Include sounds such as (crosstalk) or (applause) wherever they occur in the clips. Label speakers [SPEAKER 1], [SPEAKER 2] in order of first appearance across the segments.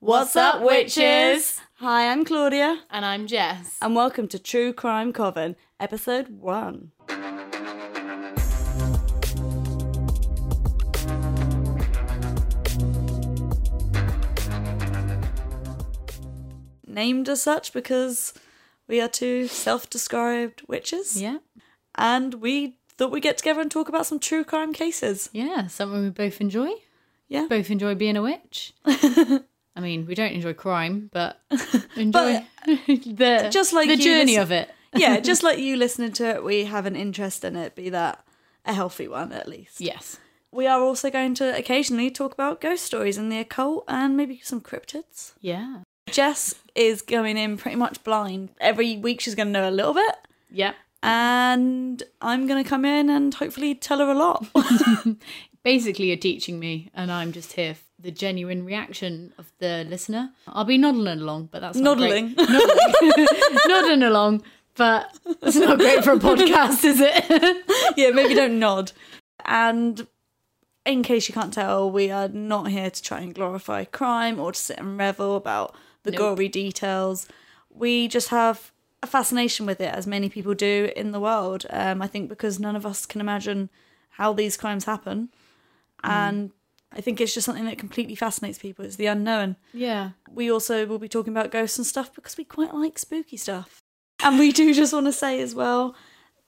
[SPEAKER 1] What's up, witches?
[SPEAKER 2] Hi, I'm Claudia,
[SPEAKER 1] And I'm Jess.
[SPEAKER 2] and welcome to True Crime Coven, episode one. Named as such because we are two self described witches,
[SPEAKER 1] Yeah.
[SPEAKER 2] and we thought we'd get together and talk about some true crime
[SPEAKER 1] (laughs)
[SPEAKER 2] cases.
[SPEAKER 1] Yeah. Something we both enjoy.
[SPEAKER 2] Yeah.
[SPEAKER 1] Both enjoy being
[SPEAKER 2] (laughs)
[SPEAKER 1] a witch. I mean, we don't enjoy crime, but enjoy (laughs) the
[SPEAKER 2] uh, Just like
[SPEAKER 1] the
[SPEAKER 2] you
[SPEAKER 1] journey
[SPEAKER 2] listen-
[SPEAKER 1] of it.
[SPEAKER 2] yeah, just like you listening to it, we have an interest in it, be that a healthy one at least.
[SPEAKER 1] Yes.
[SPEAKER 2] We are also going to occasionally talk about ghost stories and the occult and maybe some cryptids.
[SPEAKER 1] Yeah.
[SPEAKER 2] Jess is going in pretty much blind. Every week she's going to know a little bit,
[SPEAKER 1] Yep.
[SPEAKER 2] and I'm going to come in and hopefully tell her a lot.
[SPEAKER 1] Basically, you're teaching me, and I'm just here for the genuine reaction of the listener. I'll be noddling along, but that's not (laughs)
[SPEAKER 2] Noddling.
[SPEAKER 1] Great. Noddling. noddling along, but it's not great for a podcast,
[SPEAKER 2] (laughs)
[SPEAKER 1] is it?
[SPEAKER 2] yeah, maybe don't nod. And in case you can't tell, we are not here to try and glorify crime or to sit and revel about the
[SPEAKER 1] Nope.
[SPEAKER 2] gory details. We just have a fascination with it, as many people do in the world. Um, I think because none of us can imagine how these crimes happen. And I think it's just something that completely fascinates people. It's the unknown.
[SPEAKER 1] yeah.
[SPEAKER 2] We also will be talking about ghosts and stuff because we quite like spooky stuff. And we do just want to say as well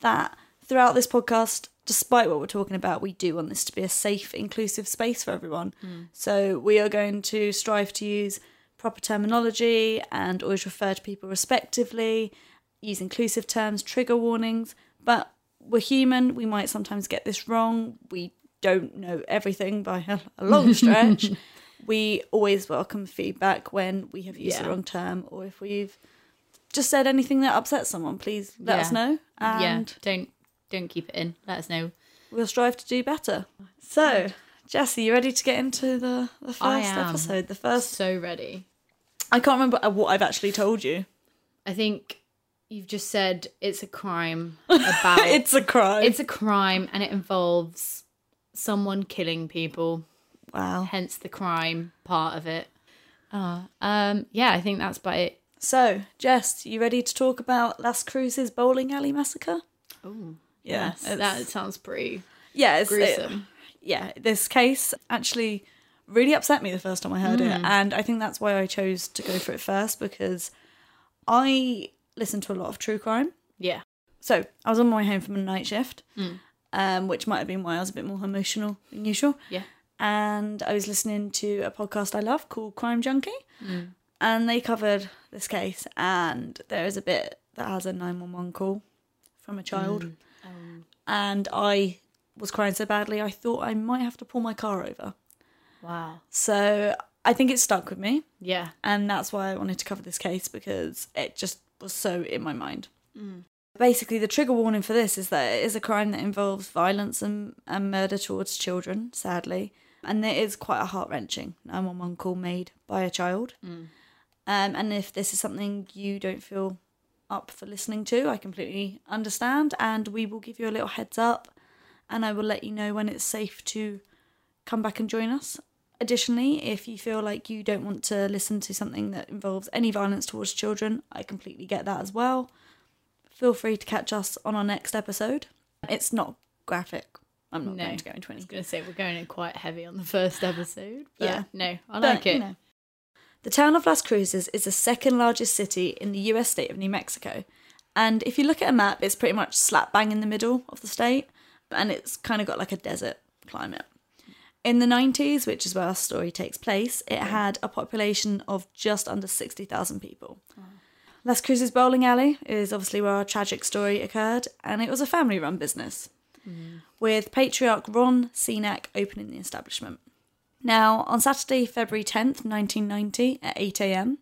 [SPEAKER 2] that throughout this podcast, despite what we're talking about, we do want this to be a safe, inclusive space for everyone. So we are going to strive to use proper terminology and always refer to people respectively, use inclusive terms, trigger warnings. But we're human, we might sometimes get this wrong. We don't know everything by a, a long stretch. we always welcome feedback when we have used
[SPEAKER 1] Yeah.
[SPEAKER 2] the wrong term or if we've just said anything that upsets someone, please let us
[SPEAKER 1] Yeah.
[SPEAKER 2] know. And
[SPEAKER 1] yeah. Don't don't keep it in. Let us know.
[SPEAKER 2] we'll strive to do better. So, Jesse, you ready to get into the, the
[SPEAKER 1] I
[SPEAKER 2] first
[SPEAKER 1] am.
[SPEAKER 2] episode? The first.
[SPEAKER 1] So ready.
[SPEAKER 2] I can't remember uh, what I've actually told you.
[SPEAKER 1] I think you've just said it's a (laughs) crime about
[SPEAKER 2] It's
[SPEAKER 1] it's,
[SPEAKER 2] a crime.
[SPEAKER 1] a crime and it involves someone killing people,
[SPEAKER 2] wow.
[SPEAKER 1] hence the crime part of it. Uh, um yeah, I think that's about it.
[SPEAKER 2] So, Jess, you ready to talk about Las Cruces bowling alley massacre?
[SPEAKER 1] Oh.
[SPEAKER 2] Yeah,
[SPEAKER 1] Yes.
[SPEAKER 2] it's-
[SPEAKER 1] That sounds pretty
[SPEAKER 2] Yeah, it's, it-
[SPEAKER 1] gruesome.
[SPEAKER 2] yeah, this case actually really upset me the first time I heard
[SPEAKER 1] Hmm.
[SPEAKER 2] it. And I think that's why I chose to go for it first because I listen to a lot of true crime.
[SPEAKER 1] yeah.
[SPEAKER 2] So I was on my way home from a night shift, um, which might have been why I was a bit more emotional than usual.
[SPEAKER 1] Yeah.
[SPEAKER 2] And I was listening to a podcast I love called Crime Junkie, and they covered this case. And there is a bit that has a 911 call from a child.
[SPEAKER 1] Um,
[SPEAKER 2] And I was crying so badly, I thought I might have to pull my car over.
[SPEAKER 1] Wow.
[SPEAKER 2] So I think it stuck with me
[SPEAKER 1] Yeah.
[SPEAKER 2] and that's why I wanted to cover this case because it just was so in my mind. Basically, the trigger warning for this is that it is a crime that involves violence and, and murder towards children, sadly, and it is quite a heart wrenching 911 call made by a child. Um, and if this is something you don't feel up for listening to, I completely understand, and we will give you a little heads up, and I will let you know when it's safe to come back and join us. Additionally, if you feel like you don't want to listen to something that involves any violence towards children, I completely get that as well. Feel free to catch us on our next episode. It's not graphic. I'm not
[SPEAKER 1] No.
[SPEAKER 2] going to go into
[SPEAKER 1] I was
[SPEAKER 2] any.
[SPEAKER 1] gonna say we're going in quite heavy on the first episode. But
[SPEAKER 2] Yeah.
[SPEAKER 1] No, I
[SPEAKER 2] But,
[SPEAKER 1] like it.
[SPEAKER 2] you know. The town of Las Cruces is the second largest city in the US state of New Mexico. And if you look at a map, it's pretty much slap bang in the middle of the state. And it's kind of got like a desert climate. In the 90s, which is where our story takes place, it had a population of just under 60,000 people. Las Cruces Bowling Alley is obviously where our tragic story occurred, and it was a family run business,
[SPEAKER 1] Mm.
[SPEAKER 2] with patriarch Ron Cenac opening the establishment. Now, on Saturday, February 10th, 1990, at 8am,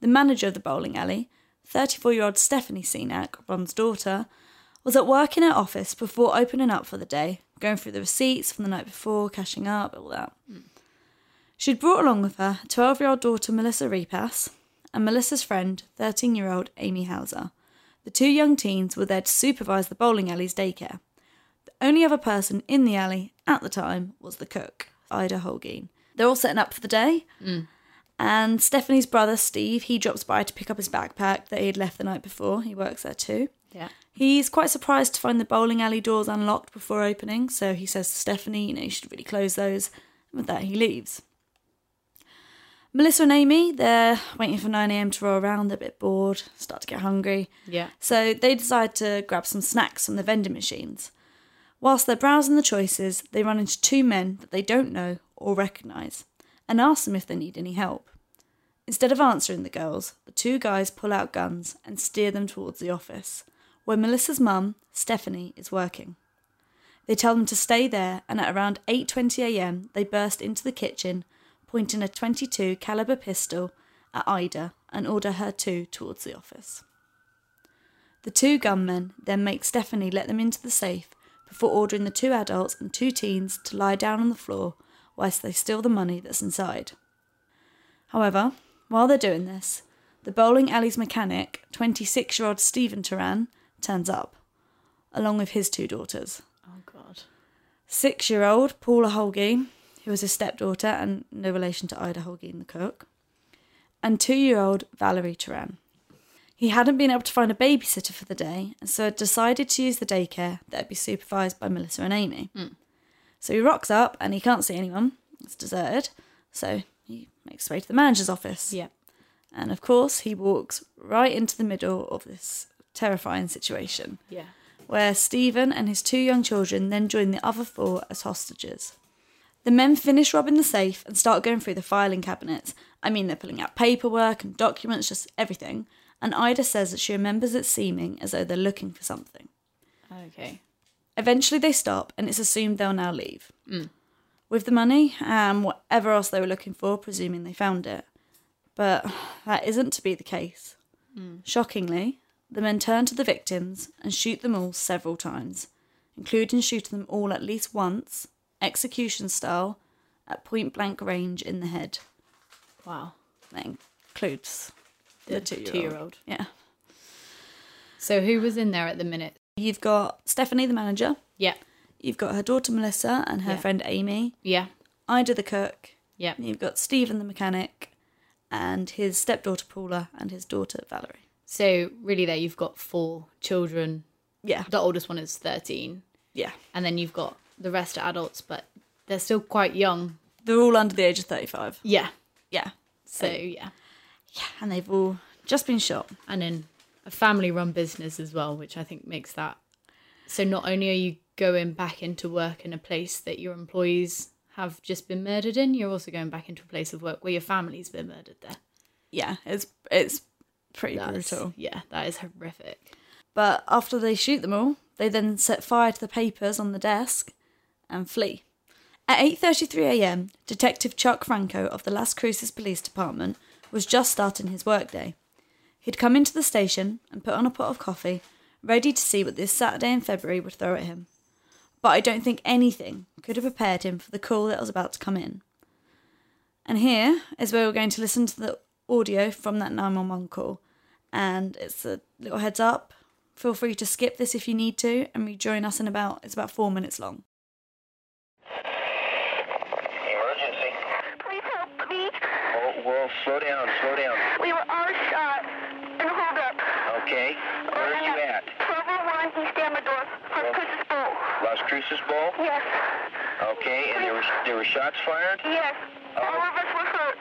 [SPEAKER 2] the manager of the bowling alley, 34 year old Stephanie Cenac, Ron's daughter, was at work in her office before opening up for the day, going through the receipts from the night before, cashing up, all that. She'd brought along with her 12 year old daughter Melissa Repass and Melissa's friend, 13 year old Amy Hauser. The two young teens were there to supervise the bowling alley's daycare. The only other person in the alley at the time was the cook, Ida Holguin. They're all setting up for the day, And Stephanie's brother, Steve, he drops by to pick up his backpack that he had left the night before. He works there too.
[SPEAKER 1] Yeah.
[SPEAKER 2] He's quite surprised to find the bowling alley doors unlocked before opening, so he says to Stephanie, you know, you should really close those. And with that, he leaves. Melissa and Amy, they're waiting for 9am to roll around. They're a bit bored, start to get hungry.
[SPEAKER 1] Yeah.
[SPEAKER 2] So they decide to grab some snacks from the vending machines. Whilst they're browsing the choices, they run into two men that they don't know or recognise and ask them if they need any help. Instead of answering the girls, the two guys pull out guns and steer them towards the office, where Melissa's mum, Stephanie, is working. They tell them to stay there and at around 8:20 a.m. they burst into the kitchen, pointing a 22 caliber pistol at Ida and order her too towards the office. The two gunmen then make Stephanie let them into the safe before ordering the two adults and two teens to lie down on the floor whilst they steal the money that's inside. However, while they're doing this, the bowling alley's mechanic, 26 year old Stephen Turan, turns up, along with his two daughters.
[SPEAKER 1] Oh God.
[SPEAKER 2] Six year old Paula Holgeen, who was his stepdaughter and no relation to Ida Holgeen, the cook, and two year old Valerie Turan. He hadn't been able to find a babysitter for the day, and so had decided to use the daycare that would be supervised by Melissa and Amy. So he rocks up and he can't see anyone, it's deserted, so he makes his way to the manager's office.
[SPEAKER 1] Yeah.
[SPEAKER 2] And of course, he walks right into the middle of this terrifying situation
[SPEAKER 1] Yeah.
[SPEAKER 2] where Stephen and his two young children then join the other four as hostages. The men finish robbing the safe and start going through the filing cabinets. I mean, they're pulling out paperwork and documents, just everything. And Ida says that she remembers it seeming as though they're looking for something.
[SPEAKER 1] Okay.
[SPEAKER 2] Eventually, they stop, and it's assumed they'll now leave. With the money and whatever else they were looking for, presuming they found it. But that isn't to be the case. Shockingly, the men turn to the victims and shoot them all several times, including shooting them all at least once, execution style, at point blank range in the head.
[SPEAKER 1] Wow.
[SPEAKER 2] That includes the, two year old.
[SPEAKER 1] two-year-old.
[SPEAKER 2] Yeah.
[SPEAKER 1] So who was in there at the minute?
[SPEAKER 2] You've got Stephanie, the manager.
[SPEAKER 1] Yeah.
[SPEAKER 2] You've got her daughter, Melissa, and her
[SPEAKER 1] Yeah.
[SPEAKER 2] friend, Amy.
[SPEAKER 1] Yeah.
[SPEAKER 2] Ida, the cook.
[SPEAKER 1] Yeah.
[SPEAKER 2] And You've got Stephen the mechanic and his stepdaughter Paula and his daughter Valerie.
[SPEAKER 1] So really, there you've got four children.
[SPEAKER 2] Yeah.
[SPEAKER 1] The oldest one is thirteen,
[SPEAKER 2] Yeah.
[SPEAKER 1] and then you've got the rest are adults, but they're still quite young.
[SPEAKER 2] They're all under the age of 35.
[SPEAKER 1] Yeah.
[SPEAKER 2] Yeah.
[SPEAKER 1] So yeah,
[SPEAKER 2] And they've all just been shot.
[SPEAKER 1] and then a family-run business as well, which I think makes that. So not only are you going back into work in a place that your employees have just been murdered in, you're also going back into a place of work where your family's been murdered there.
[SPEAKER 2] Yeah. It's it's pretty
[SPEAKER 1] That's-
[SPEAKER 2] brutal.
[SPEAKER 1] Yeah, that is horrific.
[SPEAKER 2] But after they shoot them all, they then set fire to the papers on the desk and flee. At 8:33 a.m., Detective Chuck Franco of the Las Cruces Police Department was just starting his workday. He'd come into the station and put on a pot of coffee, ready to see what this Saturday in February would throw at him. But I don't think anything could have prepared him for the call that was about to come in. And here is where we're going to listen to the audio from that 911 call. And it's a little heads up. Feel free to skip this if you need to and rejoin us in about it's about four minutes long.
[SPEAKER 3] Emergency.
[SPEAKER 4] Please help, please.
[SPEAKER 3] Oh, well, slow down, slow down.
[SPEAKER 4] We were all shot and hold up.
[SPEAKER 3] Okay. Where are you at?
[SPEAKER 4] 1201 East Amador from
[SPEAKER 3] Well-
[SPEAKER 4] Chris's Bowl.
[SPEAKER 3] Las Cruces Bowl?
[SPEAKER 4] Yes,
[SPEAKER 3] Okay, and there were, there were shots fired?
[SPEAKER 4] yes.
[SPEAKER 3] Oh.
[SPEAKER 4] All of us were hurt.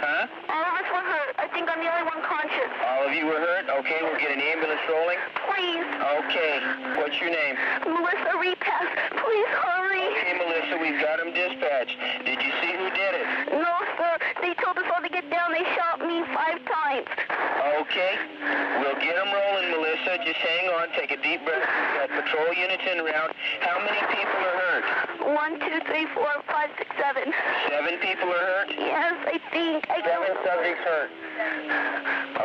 [SPEAKER 3] Huh?
[SPEAKER 4] All of us were hurt. I think I'm the only one conscious.
[SPEAKER 3] All of you were hurt? Okay, we'll get an ambulance rolling.
[SPEAKER 4] Please,
[SPEAKER 3] Okay, what's your name?
[SPEAKER 4] Melissa Repass, please hurry.
[SPEAKER 3] Hey, Melissa, we've got him dispatched. Did you see who did it?
[SPEAKER 4] No, sir. They told us all to get down. They shot me five times.
[SPEAKER 3] Okay, we'll get him rolling, Melissa. Just hang on, take a deep breath. We've got patrol units en route. How many people are hurt?
[SPEAKER 4] One, two, three, four, five, six, seven.
[SPEAKER 3] Seven people are hurt?
[SPEAKER 4] Yes, I think. I
[SPEAKER 3] Seven
[SPEAKER 4] don't.
[SPEAKER 3] subjects hurt.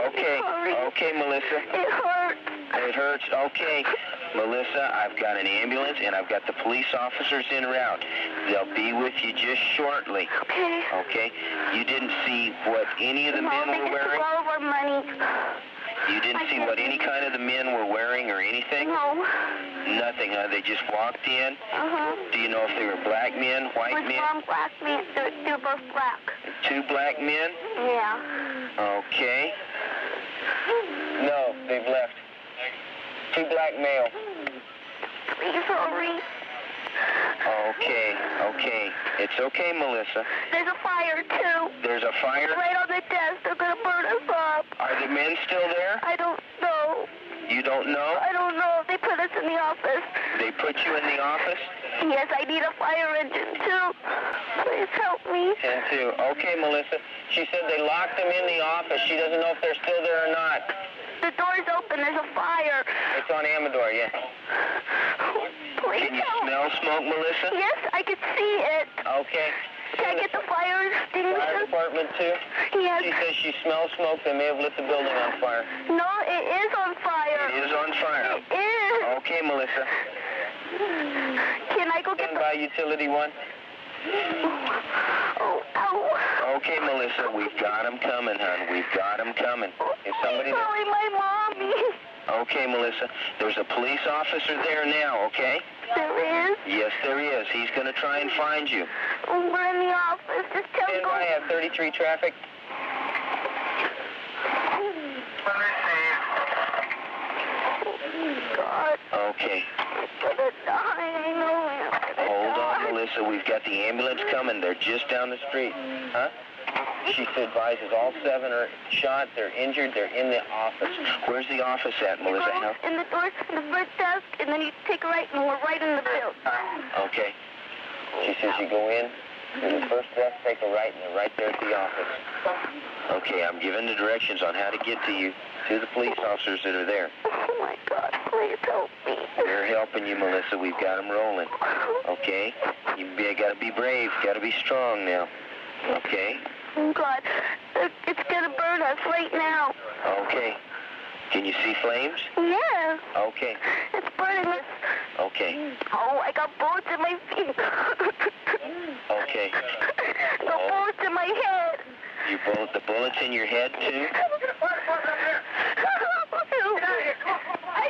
[SPEAKER 3] Okay, okay, Melissa.
[SPEAKER 4] It hurts.
[SPEAKER 3] It hurts. Okay. Melissa, I've got an ambulance and I've got the police officers en route. They'll be with you just shortly.
[SPEAKER 4] Okay.
[SPEAKER 3] Okay? You didn't see what any of the
[SPEAKER 4] No,
[SPEAKER 3] men
[SPEAKER 4] they
[SPEAKER 3] were
[SPEAKER 4] just took
[SPEAKER 3] wearing?
[SPEAKER 4] all of our money.
[SPEAKER 3] You didn't
[SPEAKER 4] I
[SPEAKER 3] see what
[SPEAKER 4] didn't.
[SPEAKER 3] any kind of the men were wearing or anything?
[SPEAKER 4] No.
[SPEAKER 3] Nothing, huh? They just walked in.
[SPEAKER 4] Uh-huh.
[SPEAKER 3] Do you know if they were black men,
[SPEAKER 4] It
[SPEAKER 3] white
[SPEAKER 4] was
[SPEAKER 3] men,
[SPEAKER 4] one black man. They're, they're both black.
[SPEAKER 3] two black men?
[SPEAKER 4] Yeah.
[SPEAKER 3] Okay. No, they've left. Two black male.
[SPEAKER 4] Please hurry.
[SPEAKER 3] Okay, okay. It's okay, Melissa.
[SPEAKER 4] There's a fire, too.
[SPEAKER 3] There's a fire.
[SPEAKER 4] Right on the desk. They're going to burn us up.
[SPEAKER 3] Are the men still there?
[SPEAKER 4] I don't know.
[SPEAKER 3] You don't know?
[SPEAKER 4] I don't know if they put us in the office.
[SPEAKER 3] They put you in the office?
[SPEAKER 4] Yes, I need a fire engine, too. Please help me.
[SPEAKER 3] And two. Okay, Melissa. She said they locked them in the office. She doesn't know if they're still there or not.
[SPEAKER 4] The door's open. There's a fire.
[SPEAKER 3] It's on Amador, yeah.
[SPEAKER 4] Please
[SPEAKER 3] Can you
[SPEAKER 4] help.
[SPEAKER 3] smell smoke, Melissa?
[SPEAKER 4] Yes, I can see it.
[SPEAKER 3] Okay.
[SPEAKER 4] Can I get the fire
[SPEAKER 3] Fire
[SPEAKER 4] extinguisher?
[SPEAKER 3] department too. She
[SPEAKER 4] Yes.
[SPEAKER 3] says she smells smoke. They may have lit the building on fire.
[SPEAKER 4] No, it is on fire.
[SPEAKER 3] It is on fire.
[SPEAKER 4] It is.
[SPEAKER 3] Okay, Melissa.
[SPEAKER 4] Can I go get
[SPEAKER 3] Stand
[SPEAKER 4] the...
[SPEAKER 3] by utility one.
[SPEAKER 4] Oh, ow.
[SPEAKER 3] Okay, Melissa. We've got 'em coming, hon. We've got 'em coming. If somebody.
[SPEAKER 4] I'm calling my mommy.
[SPEAKER 3] Okay, Melissa. There's a police officer there now. Okay.
[SPEAKER 4] There is.
[SPEAKER 3] Yes, there is. He's gonna try and find you.
[SPEAKER 4] We're in the office. Just tell
[SPEAKER 3] Stand
[SPEAKER 4] go-
[SPEAKER 3] by at 33 traffic.
[SPEAKER 4] God,
[SPEAKER 3] Okay.
[SPEAKER 4] I'm gonna die. I know I'm gonna
[SPEAKER 3] Hold on,
[SPEAKER 4] die.
[SPEAKER 3] Melissa. We've got the ambulance coming. They're just down the street. Huh? She advises all seven are shot. They're injured. They're in the office. Where's the office at,
[SPEAKER 4] You
[SPEAKER 3] Melissa?
[SPEAKER 4] go in the door, in the front desk, and then you take a right, and we're right in the building.
[SPEAKER 3] Huh? Okay. She says you go in. In the first left, take a right, and they're right there at the office. Okay, I'm giving the directions on how to get to you to the police officers that are there.
[SPEAKER 4] Oh my God, please help me.
[SPEAKER 3] We're helping you, Melissa. We've got 'em rolling. Okay? You be, gotta be brave. Gotta be strong now. Okay?
[SPEAKER 4] Oh God, it- it's gonna burn us right now.
[SPEAKER 3] Okay. Can you see flames?
[SPEAKER 4] Yeah,
[SPEAKER 3] Okay.
[SPEAKER 4] it's burning us.
[SPEAKER 3] Okay.
[SPEAKER 4] Oh, I got bullets in my feet. (laughs)
[SPEAKER 3] Okay.
[SPEAKER 4] I got bullets in my head. (laughs)
[SPEAKER 3] You bullet the bullets in your head too?
[SPEAKER 4] I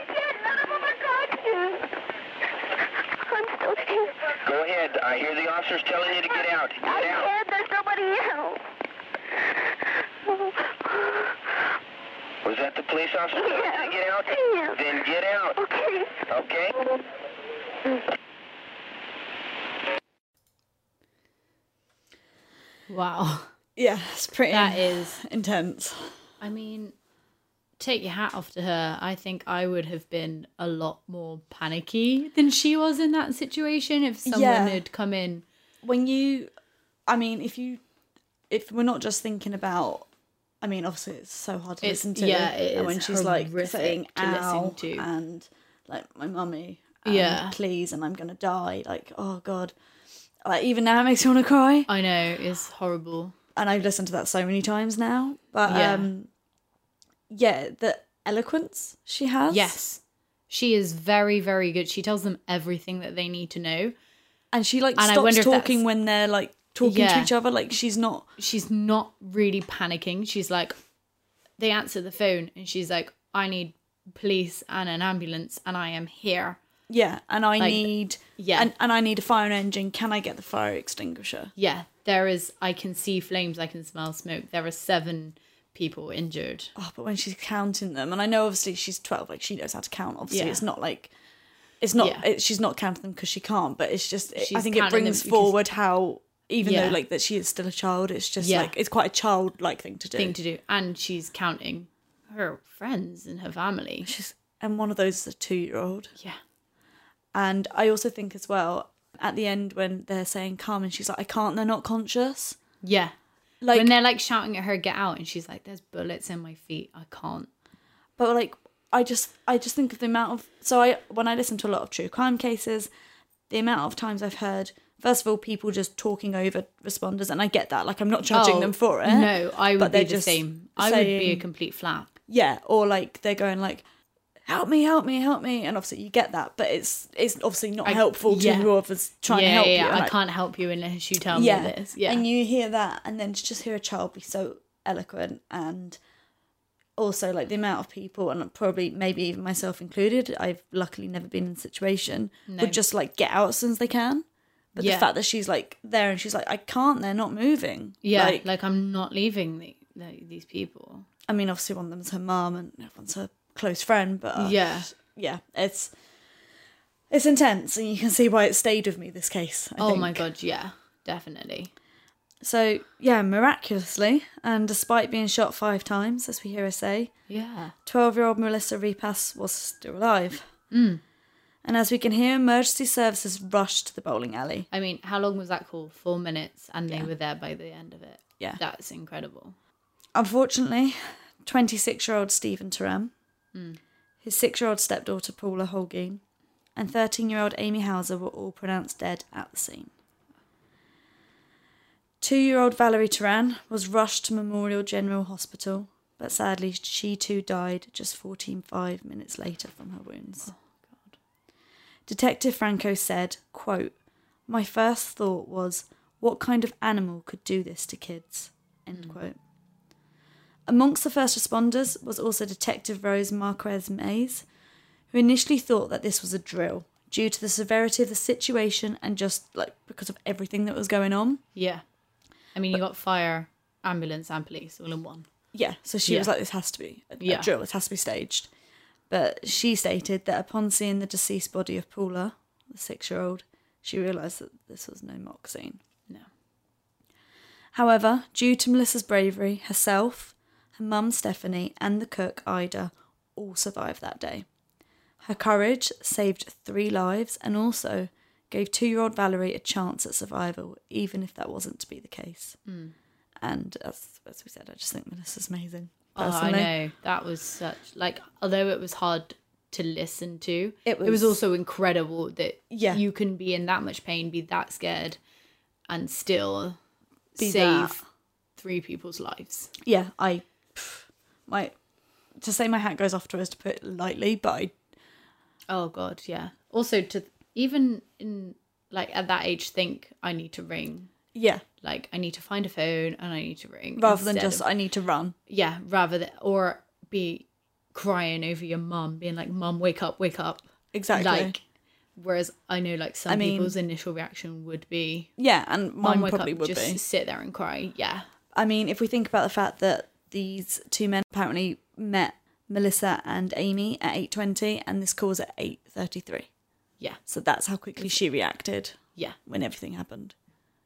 [SPEAKER 4] can't. None of them are gone. I'm still here.
[SPEAKER 3] Go ahead. I hear the officers telling you to get out. Get
[SPEAKER 4] I
[SPEAKER 3] out.
[SPEAKER 4] can't. There's nobody else.
[SPEAKER 3] Was that the police officer telling you to get out?
[SPEAKER 4] Yeah.
[SPEAKER 3] Then get out.
[SPEAKER 4] Okay.
[SPEAKER 3] Okay?
[SPEAKER 1] Wow.
[SPEAKER 2] Yeah, it's pretty
[SPEAKER 1] That is,
[SPEAKER 2] intense.
[SPEAKER 1] I mean, take your hat off to her. I think I would have been a lot more panicky than she was in that situation if someone
[SPEAKER 2] Yeah.
[SPEAKER 1] had come in.
[SPEAKER 2] When you, I mean, if you, if we're not just thinking about, I mean, obviously it's so hard to
[SPEAKER 1] It's-
[SPEAKER 2] listen to.
[SPEAKER 1] yeah, it
[SPEAKER 2] and
[SPEAKER 1] is
[SPEAKER 2] when she's like
[SPEAKER 1] horrific
[SPEAKER 2] saying
[SPEAKER 1] to listen
[SPEAKER 2] "ow"
[SPEAKER 1] to.
[SPEAKER 2] and like my mummy, and
[SPEAKER 1] Yeah.
[SPEAKER 2] please, and I'm gonna die. Like, oh god, like even now it makes me want to cry.
[SPEAKER 1] I know, it's horrible.
[SPEAKER 2] and I've listened to that so many times now. But
[SPEAKER 1] Yeah.
[SPEAKER 2] um yeah, the eloquence she has.
[SPEAKER 1] Yes. She is very, very good. She tells them everything that they need to know.
[SPEAKER 2] And she like
[SPEAKER 1] And I
[SPEAKER 2] stops
[SPEAKER 1] wonder if
[SPEAKER 2] talking
[SPEAKER 1] that's-
[SPEAKER 2] when they're like talking to
[SPEAKER 1] Yeah.
[SPEAKER 2] each other. Like she's not
[SPEAKER 1] She's not really panicking. She's like, they answer the phone and she's like, I need police and an ambulance and I am here.
[SPEAKER 2] yeah, and I
[SPEAKER 1] Like,
[SPEAKER 2] need
[SPEAKER 1] yeah.
[SPEAKER 2] and, and I need a fire engine. Can I get the fire extinguisher?
[SPEAKER 1] Yeah, there is, I can see flames, I can smell smoke. There are seven people injured.
[SPEAKER 2] Oh, but when she's counting them, and I know obviously she's twelve, like she knows how to count. Obviously,
[SPEAKER 1] Yeah.
[SPEAKER 2] it's not like it's not
[SPEAKER 1] Yeah.
[SPEAKER 2] it, she's not counting them because she can't. But it's just it, I
[SPEAKER 1] She's
[SPEAKER 2] think it
[SPEAKER 1] counting them
[SPEAKER 2] brings
[SPEAKER 1] because-
[SPEAKER 2] forward how even
[SPEAKER 1] Yeah.
[SPEAKER 2] though like that she is still a child, it's just
[SPEAKER 1] Yeah.
[SPEAKER 2] like it's quite a childlike thing to do.
[SPEAKER 1] thing to do. And she's counting her friends and her family.
[SPEAKER 2] She's and one of those is a two year old.
[SPEAKER 1] Yeah.
[SPEAKER 2] And I also think as well at the end when they're saying come and she's like, I can't, they're not conscious.
[SPEAKER 1] Yeah.
[SPEAKER 2] Like
[SPEAKER 1] when they're like shouting at her, get out. And she's like, there's bullets in my feet. I can't.
[SPEAKER 2] but like I just I just think of the amount of so I when I listen to a lot of true crime cases, the amount of times I've heard first of all people just talking over responders and I get that. Like I'm not judging
[SPEAKER 1] Oh,
[SPEAKER 2] them for it.
[SPEAKER 1] No, I would
[SPEAKER 2] they're
[SPEAKER 1] be the same. I would be a
[SPEAKER 2] saying-
[SPEAKER 1] complete flap.
[SPEAKER 2] yeah or like they're going like help me help me help me and obviously you get that but it's it's obviously not
[SPEAKER 1] I-
[SPEAKER 2] helpful to
[SPEAKER 1] yeah.
[SPEAKER 2] whoever's trying to
[SPEAKER 1] yeah,
[SPEAKER 2] help
[SPEAKER 1] yeah,
[SPEAKER 2] you
[SPEAKER 1] yeah.
[SPEAKER 2] And,
[SPEAKER 1] I
[SPEAKER 2] like,
[SPEAKER 1] can't help you unless you tell me this. Yeah.
[SPEAKER 2] And you hear that, and then to just hear a child be so eloquent and also like the amount of people and probably maybe even myself included i've luckily never been in a situation would just like get out as soon as they can but
[SPEAKER 1] Yeah.
[SPEAKER 2] the fact that she's like there and she's like i can't they're not moving
[SPEAKER 1] Yeah, like,
[SPEAKER 2] like,
[SPEAKER 1] I'm not leaving the, like, these people.
[SPEAKER 2] i mean obviously one of them's her mum and one's her close friend but uh,
[SPEAKER 1] Yeah.
[SPEAKER 2] yeah it's it's intense and you can see why it stayed with me this case I
[SPEAKER 1] oh my
[SPEAKER 2] think.
[SPEAKER 1] god, yeah, definitely.
[SPEAKER 2] so yeah miraculously and despite being shot five times as we hear her say
[SPEAKER 1] Yeah.
[SPEAKER 2] 12 year old Melissa Repass was still alive. And as we can hear, emergency services rushed to the bowling alley.
[SPEAKER 1] I mean, how long was that call? Four minutes, and they
[SPEAKER 2] Yeah.
[SPEAKER 1] were there by the end of it.
[SPEAKER 2] Yeah.
[SPEAKER 1] That's incredible.
[SPEAKER 2] Unfortunately, 26 year old Stephen Taram, his six year old stepdaughter Paula Holgein, and 13 year old Amy Hauser were all pronounced dead at the scene. Two year old Valerie Taran was rushed to Memorial General Hospital, but sadly, she too died just 14 five minutes later from her wounds. Detective Franco said, quote, My first thought was, what kind of animal could do this to kids? End quote. Amongst the first responders was also Detective Rose Marquez Mays, who initially thought that this was a drill due to the severity of the situation and just like because of everything that was going on.
[SPEAKER 1] Yeah. I mean, you got fire, ambulance, and police all in one.
[SPEAKER 2] Yeah, so she was
[SPEAKER 1] Yeah.
[SPEAKER 2] like, this has to be a, a
[SPEAKER 1] Yeah.
[SPEAKER 2] drill, this has to be staged. But she stated that upon seeing the deceased body of Paula, the six year old, she realised that this was no mock scene.
[SPEAKER 1] No.
[SPEAKER 2] However, due to Melissa's bravery, herself, her mum Stephanie, and the cook Ida all survived that day. Her courage saved three lives and also gave two year old Valerie a chance at survival, even if that wasn't to be the case.
[SPEAKER 1] Hmm.
[SPEAKER 2] And as, as we said, I just think Melissa's amazing.
[SPEAKER 1] Oh,
[SPEAKER 2] Personally.
[SPEAKER 1] I know. That was such like although it was hard to listen to,
[SPEAKER 2] It
[SPEAKER 1] it was
[SPEAKER 2] was-
[SPEAKER 1] also incredible that
[SPEAKER 2] Yeah.
[SPEAKER 1] you can be in that much pain, be that scared and still
[SPEAKER 2] Be
[SPEAKER 1] save
[SPEAKER 2] that.
[SPEAKER 1] three people's lives.
[SPEAKER 2] Yeah, I. pff, my. To say my hat goes off to her is to put it lightly, but I.
[SPEAKER 1] Oh god, yeah. Also to even in like at that age think I need to ring.
[SPEAKER 2] Yeah,
[SPEAKER 1] Like I need to find a phone and I need to ring.
[SPEAKER 2] rather than
[SPEAKER 1] instead
[SPEAKER 2] just,
[SPEAKER 1] of-
[SPEAKER 2] I need to run.
[SPEAKER 1] yeah, rather than or be crying over your mum, being like, Mum, wake up, wake up.
[SPEAKER 2] Exactly.
[SPEAKER 1] Like, whereas I know like some
[SPEAKER 2] I mean-
[SPEAKER 1] people's initial reaction would be,
[SPEAKER 2] yeah, and
[SPEAKER 1] "Mum,
[SPEAKER 2] mine
[SPEAKER 1] wake
[SPEAKER 2] probably
[SPEAKER 1] up,
[SPEAKER 2] would
[SPEAKER 1] just
[SPEAKER 2] be.
[SPEAKER 1] sit there and cry." Yeah,
[SPEAKER 2] I mean, if we think about the fact that these two men apparently met Melissa and Amy at eight twenty, and this calls at eight thirty three.
[SPEAKER 1] yeah,
[SPEAKER 2] So that's how quickly she reacted
[SPEAKER 1] yeah.
[SPEAKER 2] when everything happened.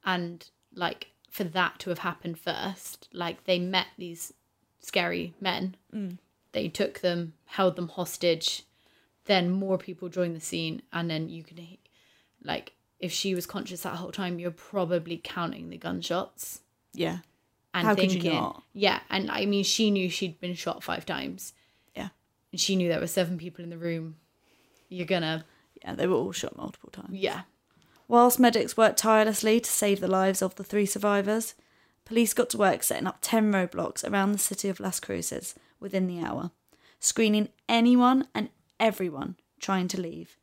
[SPEAKER 1] And like for that to have happened first, like they met these scary men,
[SPEAKER 2] Mm.
[SPEAKER 1] they took them, held them hostage. Then more people joined the scene, and then you can, he- like, if she was conscious that whole time, you're probably counting the gunshots.
[SPEAKER 2] Yeah,
[SPEAKER 1] and
[SPEAKER 2] How could you
[SPEAKER 1] thinking,
[SPEAKER 2] not?
[SPEAKER 1] yeah, and I mean, she knew she'd been shot five times,
[SPEAKER 2] yeah,
[SPEAKER 1] and she knew there were seven people in the room. You're gonna,
[SPEAKER 2] yeah. They were all shot multiple times.
[SPEAKER 1] yeah,
[SPEAKER 2] Whilst medics worked tirelessly to save the lives of the three survivors, police got to work setting up 10 roadblocks around the city of Las Cruces within the hour, screening anyone and everyone trying to leave.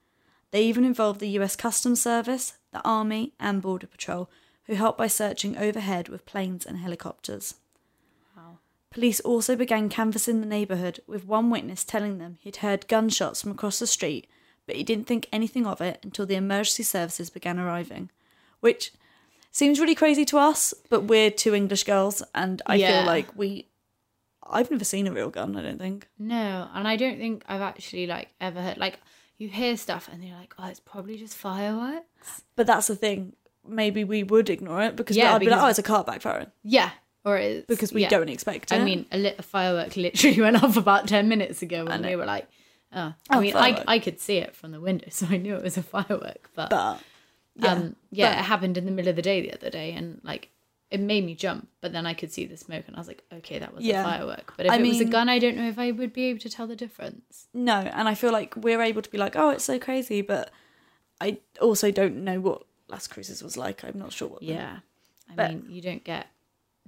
[SPEAKER 2] They even involved the US Customs Service, the Army, and Border Patrol, who helped by searching overhead with planes and helicopters. Police also began canvassing the neighbourhood, with one witness telling them he'd heard gunshots from across the street, but he didn't think anything of it until the emergency services began arriving. Which seems really crazy to us, but we're two English girls, and I
[SPEAKER 1] Yeah.
[SPEAKER 2] feel like we. I've never seen a real gun, I don't think.
[SPEAKER 1] no, and I don't think I've actually like ever heard like you hear stuff and you're like, oh, it's probably just fireworks,
[SPEAKER 2] But that's the thing. Maybe we would ignore it because
[SPEAKER 1] Yeah,
[SPEAKER 2] I'd be like,
[SPEAKER 1] because-
[SPEAKER 2] oh, it's a car backfiring
[SPEAKER 1] yeah, or it's
[SPEAKER 2] because we
[SPEAKER 1] yeah.
[SPEAKER 2] don't expect it.
[SPEAKER 1] I mean, a, lit, a firework literally (laughs) went off about ten minutes ago, and we were like, oh, I
[SPEAKER 2] Oh,
[SPEAKER 1] mean, I,
[SPEAKER 2] firework.
[SPEAKER 1] I could see it from the window, (laughs) so I knew it was a firework, but
[SPEAKER 2] but yeah,
[SPEAKER 1] um, yeah, it
[SPEAKER 2] but-
[SPEAKER 1] happened in the middle of the day the other day, and like it made me jump. But then I could see the smoke, and I was like, okay, that was
[SPEAKER 2] Yeah.
[SPEAKER 1] a firework. But if
[SPEAKER 2] I
[SPEAKER 1] it was a
[SPEAKER 2] mean-
[SPEAKER 1] gun, I don't know if I would be able to tell the difference.
[SPEAKER 2] No, and I feel like we're able to be like, oh, it's so crazy, but I also don't know what Las Cruces was like. I'm not sure what. the-
[SPEAKER 1] Yeah, I
[SPEAKER 2] But-
[SPEAKER 1] mean, you don't get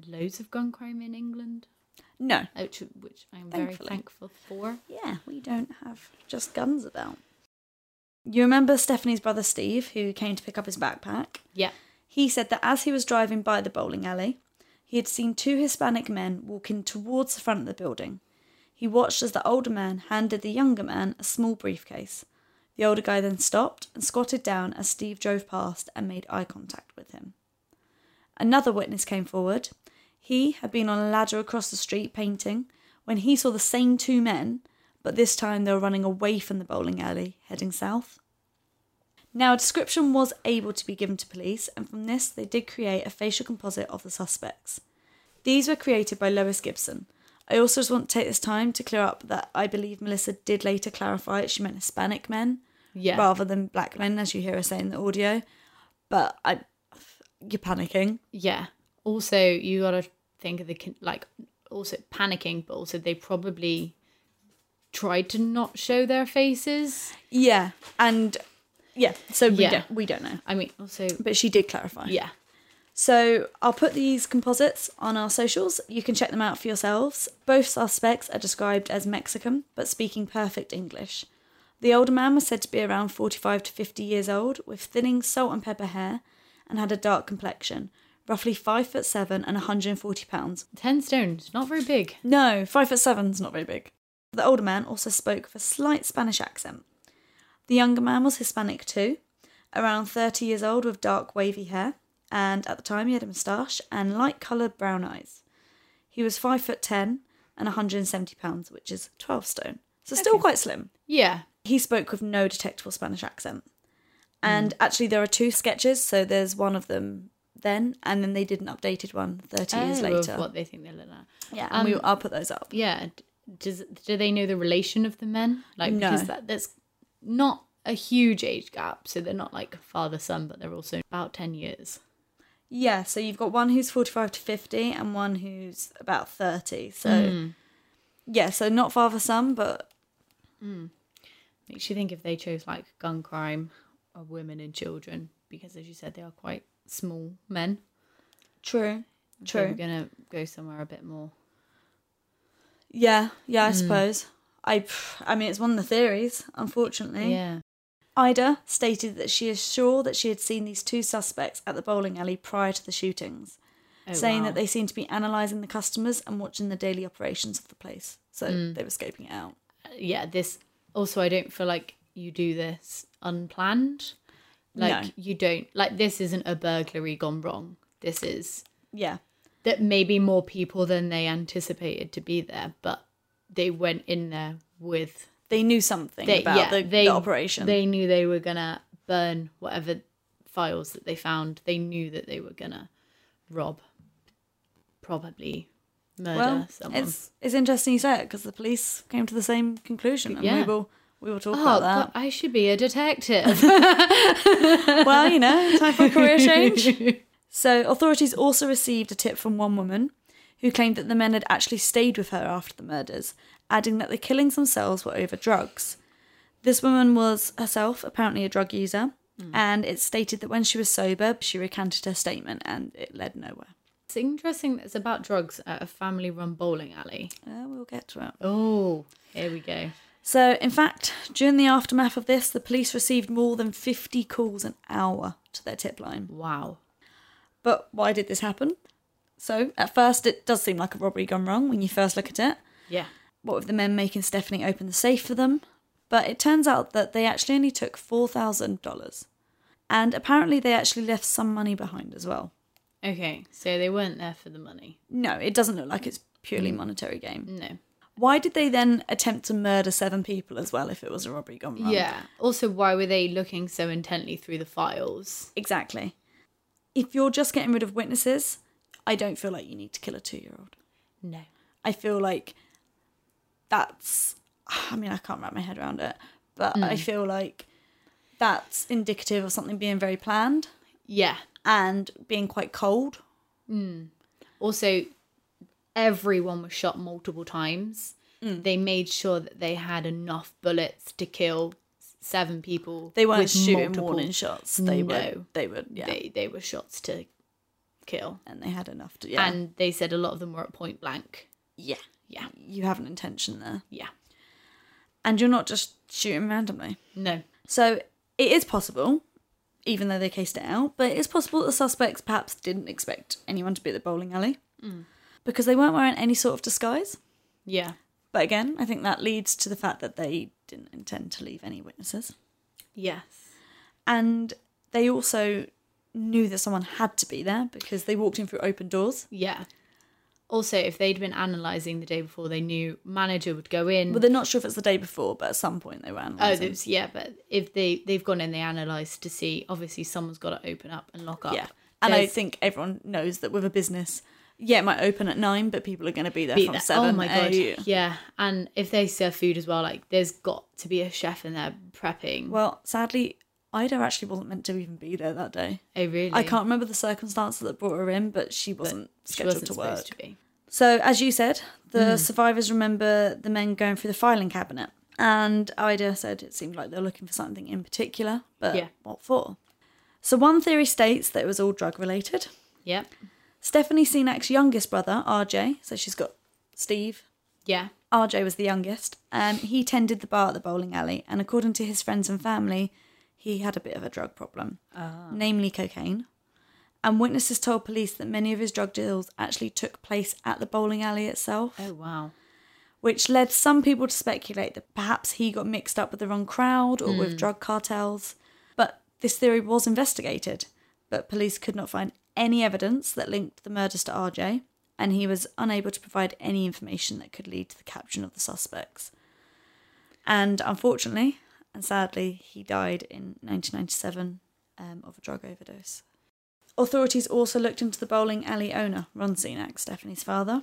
[SPEAKER 1] loads of gun crime in England,
[SPEAKER 2] No.
[SPEAKER 1] which, which I'm very
[SPEAKER 2] Thankfully.
[SPEAKER 1] thankful for.
[SPEAKER 2] Yeah, we don't have just guns about. You remember Stephanie's brother Steve, who came to pick up his backpack?
[SPEAKER 1] Yeah,
[SPEAKER 2] He said that as he was driving by the bowling alley, he had seen two Hispanic men walking towards the front of the building. He watched as the older man handed the younger man a small briefcase. The older guy then stopped and squatted down as Steve drove past and made eye contact with him. Another witness came forward. He had been on a ladder across the street painting when he saw the same two men, but this time they were running away from the bowling alley, heading south. Now, a description was able to be given to police, and from this, they did create a facial composite of the suspects. These were created by Lois Gibson. I also just want to take this time to clear up that I believe Melissa did later clarify she meant Hispanic men
[SPEAKER 1] Yeah.
[SPEAKER 2] rather than black men, as you hear her say in the audio. But I, you're panicking.
[SPEAKER 1] Yeah. Also, you gotta think of the con- like also panicking, but also they probably tried to not show their faces.
[SPEAKER 2] Yeah, and yeah, so we
[SPEAKER 1] Yeah.
[SPEAKER 2] don't we don't know,
[SPEAKER 1] I mean, also
[SPEAKER 2] but she did clarify.
[SPEAKER 1] yeah,
[SPEAKER 2] So I'll put these composites on our socials. You can check them out for yourselves. Both suspects are described as Mexican, but speaking perfect English. The older man was said to be around 45 to 50 years old, with thinning salt and pepper hair, and had a dark complexion, roughly 5 foot 7 and 140 pounds.
[SPEAKER 1] ten stones, not very big.
[SPEAKER 2] No, 5 foot 7's not very big. The older man also spoke with a slight Spanish accent. The younger man was Hispanic too, around 30 years old with dark wavy hair, and at the time he had a moustache and light coloured brown eyes. He was 5 foot 10 and 170 pounds, which is 12 stone. So still quite slim.
[SPEAKER 1] Yeah,
[SPEAKER 2] He spoke with no detectable Spanish accent. And
[SPEAKER 1] Hmm.
[SPEAKER 2] actually there are two sketches, so there's one of them then and then they did an updated one 30 years
[SPEAKER 1] Oh, of
[SPEAKER 2] later.
[SPEAKER 1] what Um, they think they look like.
[SPEAKER 2] Yeah, and we, I'll put those up.
[SPEAKER 1] Yeah, d- does do they know the relation of the men? Like
[SPEAKER 2] No.
[SPEAKER 1] because that that's not a huge age gap, so they're not like father son, but they're also about ten years.
[SPEAKER 2] Yeah, so you've got one who's 45 to 50 and one who's about 30. So,
[SPEAKER 1] Hmm.
[SPEAKER 2] yeah, so not father son, but
[SPEAKER 1] Makes you think if they chose like gun crime or women and children, because as you said, they are quite small men.
[SPEAKER 2] true.
[SPEAKER 1] So we're
[SPEAKER 2] True.
[SPEAKER 1] gonna go somewhere a bit more.
[SPEAKER 2] Yeah, yeah, I
[SPEAKER 1] Hmm.
[SPEAKER 2] suppose. I, I mean, it's one of the theories, unfortunately.
[SPEAKER 1] Yeah.
[SPEAKER 2] Ida stated that she is sure that she had seen these two suspects at the bowling alley prior to the shootings,
[SPEAKER 1] Oh,
[SPEAKER 2] saying
[SPEAKER 1] wow.
[SPEAKER 2] that they seemed to be analysing the customers and watching the daily operations of the place. So
[SPEAKER 1] Hmm.
[SPEAKER 2] they were scoping it out.
[SPEAKER 1] yeah this also I don't feel like you do this unplanned. Like
[SPEAKER 2] No.
[SPEAKER 1] you don't like this isn't a burglary gone wrong. This is
[SPEAKER 2] Yeah.
[SPEAKER 1] that maybe more people than they anticipated to be there, but they went in there with
[SPEAKER 2] They knew something
[SPEAKER 1] they,
[SPEAKER 2] about
[SPEAKER 1] yeah,
[SPEAKER 2] the,
[SPEAKER 1] they,
[SPEAKER 2] the operation.
[SPEAKER 1] They knew they were gonna burn whatever files that they found. They knew that they were gonna rob, probably murder
[SPEAKER 2] well,
[SPEAKER 1] someone.
[SPEAKER 2] it's it's interesting you say it because the police came to the same conclusion, and we
[SPEAKER 1] Yeah.
[SPEAKER 2] will we will talk
[SPEAKER 1] Oh,
[SPEAKER 2] about
[SPEAKER 1] God,
[SPEAKER 2] that.
[SPEAKER 1] I should be a detective.
[SPEAKER 2] (laughs) well, you know, time for a career change.
[SPEAKER 1] (laughs)
[SPEAKER 2] so authorities also received a tip from one woman who claimed that the men had actually stayed with her after the murders, adding that the killings themselves were over drugs. This woman was herself apparently a drug user,
[SPEAKER 1] Hmm.
[SPEAKER 2] and it's stated that when she was sober, she recanted her statement, and it led nowhere.
[SPEAKER 1] it's interesting that it's about drugs at a family run bowling alley.
[SPEAKER 2] Uh, we'll get to it.
[SPEAKER 1] Oh, here we go.
[SPEAKER 2] So, in fact, during the aftermath of this, the police received more than 50 calls an hour to their tip line.
[SPEAKER 1] Wow.
[SPEAKER 2] But why did this happen? So, at first, it does seem like a robbery gone wrong when you first look at it.
[SPEAKER 1] Yeah.
[SPEAKER 2] What with the men making Stephanie open the safe for them? But it turns out that they actually only took $4,000. And apparently, they actually left some money behind as well.
[SPEAKER 1] Okay, so they weren't there for the money.
[SPEAKER 2] No, it doesn't look like it's purely monetary game.
[SPEAKER 1] No.
[SPEAKER 2] Why did they then attempt to murder seven people as well if it was a robbery gone wrong?
[SPEAKER 1] Yeah. Also, why were they looking so intently through the files?
[SPEAKER 2] Exactly. If you're just getting rid of witnesses, I don't feel like you need to kill a two year old.
[SPEAKER 1] No.
[SPEAKER 2] I feel like that's, I mean, I can't wrap my head around it, but I
[SPEAKER 1] Mm.
[SPEAKER 2] feel like that's indicative of something being very planned
[SPEAKER 1] Yeah.
[SPEAKER 2] and being quite cold.
[SPEAKER 1] Also, everyone was shot multiple times.
[SPEAKER 2] Mm.
[SPEAKER 1] They made sure that they had enough bullets to kill s- seven people.
[SPEAKER 2] They weren't
[SPEAKER 1] with
[SPEAKER 2] shooting
[SPEAKER 1] multiple-
[SPEAKER 2] warning shots. They were,
[SPEAKER 1] No.
[SPEAKER 2] they were, yeah.
[SPEAKER 1] They they were shots to kill,
[SPEAKER 2] and they had enough to, yeah.
[SPEAKER 1] and they said a lot of them were at point blank.
[SPEAKER 2] yeah,
[SPEAKER 1] Yeah.
[SPEAKER 2] You have an intention there.
[SPEAKER 1] Yeah.
[SPEAKER 2] And you're not just shooting randomly.
[SPEAKER 1] No.
[SPEAKER 2] So it is possible, even though they cased it out, but it's possible that the suspects perhaps didn't
[SPEAKER 1] Mm.
[SPEAKER 2] expect anyone to be at the bowling alley because they weren't wearing any sort of disguise.
[SPEAKER 1] Yeah.
[SPEAKER 2] But again, I think that leads to the fact that they didn't intend to leave any witnesses.
[SPEAKER 1] Yes.
[SPEAKER 2] And they also knew that someone had to be there because they walked in through open doors.
[SPEAKER 1] Yeah. Also, if they'd been analysing the day before, they knew manager would go in.
[SPEAKER 2] Well, they're not sure if it's the day before, but at some point they were
[SPEAKER 1] oh,
[SPEAKER 2] analysing.
[SPEAKER 1] there's, yeah, but if they they've gone in, they analysed to see. Obviously, someone's got to open up and lock up.
[SPEAKER 2] yeah. And I
[SPEAKER 1] There's-
[SPEAKER 2] think everyone knows that with a business, yeah, it might open at nine, but people are going to be there
[SPEAKER 1] be
[SPEAKER 2] from
[SPEAKER 1] there.
[SPEAKER 2] seven.
[SPEAKER 1] Oh my god.
[SPEAKER 2] eh?
[SPEAKER 1] Yeah, and if they serve food as well, like there's got to be a chef in there prepping.
[SPEAKER 2] Well, sadly, Ida actually wasn't meant to even be there that day.
[SPEAKER 1] oh really?
[SPEAKER 2] I can't remember the circumstances that brought her in, but she wasn't
[SPEAKER 1] She
[SPEAKER 2] scheduled
[SPEAKER 1] wasn't
[SPEAKER 2] to work.
[SPEAKER 1] supposed to Hmm. be.
[SPEAKER 2] So, as you said, the survivors remember the men going through the filing cabinet. And Ida said it seemed like they were looking for something in particular, but
[SPEAKER 1] Yeah.
[SPEAKER 2] what for? So, one theory states that it was all drug related.
[SPEAKER 1] Yep.
[SPEAKER 2] Stephanie Senak's youngest brother, RJ, so she's got Steve.
[SPEAKER 1] Yeah.
[SPEAKER 2] RJ was the youngest. Um, he tended the bar at the bowling alley, and according to his friends and family, he had a bit of a drug problem, namely cocaine. And witnesses told police that many of his drug deals actually took place at the bowling alley itself
[SPEAKER 1] Oh wow.
[SPEAKER 2] which led some people to speculate that perhaps he got mixed up with the wrong crowd or with drug cartels. But this theory was investigated, but police could not find any evidence that linked the murders to RJ, and he was unable to provide any information that could lead to the capture of the suspects. And unfortunately, and sadly, he died in 1997 um, of a drug overdose. Authorities also looked into the bowling alley owner, Ron Zenak, Stephanie's father.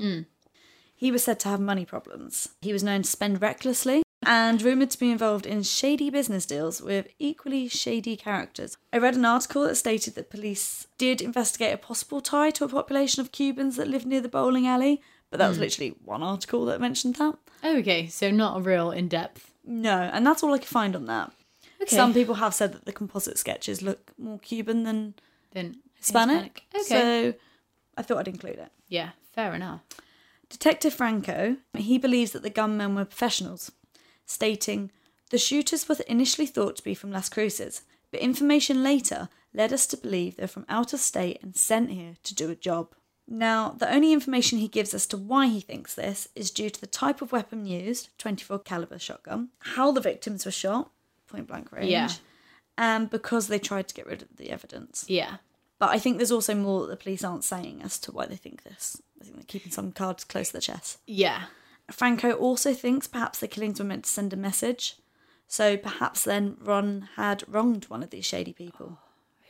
[SPEAKER 2] He was said to have money problems. He was known to spend recklessly and rumoured to be involved in shady business deals with equally shady characters. I read an article that stated that police did investigate a possible tie to a population of Cubans that lived near the bowling alley, but that
[SPEAKER 1] Hmm.
[SPEAKER 2] was literally one article that mentioned that.
[SPEAKER 1] Okay, so not a real in depth.
[SPEAKER 2] No, and that's all I could find on that.
[SPEAKER 1] Okay.
[SPEAKER 2] Some people have said that the composite sketches look more Cuban than
[SPEAKER 1] then
[SPEAKER 2] Hispanic.
[SPEAKER 1] Okay.
[SPEAKER 2] So I thought I'd include it.
[SPEAKER 1] yeah. Fair enough.
[SPEAKER 2] Detective Franco, he believes that the gunmen were professionals, stating, The shooters were initially thought to be from Las Cruces, but information later led us to believe they're from out of state and sent here to do a job. Now, the only information he gives as to why he thinks this is due to the type of weapon used, 24 caliber shotgun, how the victims were shot, point blank range,
[SPEAKER 1] Yeah.
[SPEAKER 2] and because they tried to get rid of the evidence.
[SPEAKER 1] Yeah.
[SPEAKER 2] But I think there's also more that the police aren't saying as to why they think this. I think they're keeping some cards close to the chest.
[SPEAKER 1] Yeah.
[SPEAKER 2] Franco also thinks perhaps the killings were meant to send a message. So perhaps then Ron had wronged one of these shady people.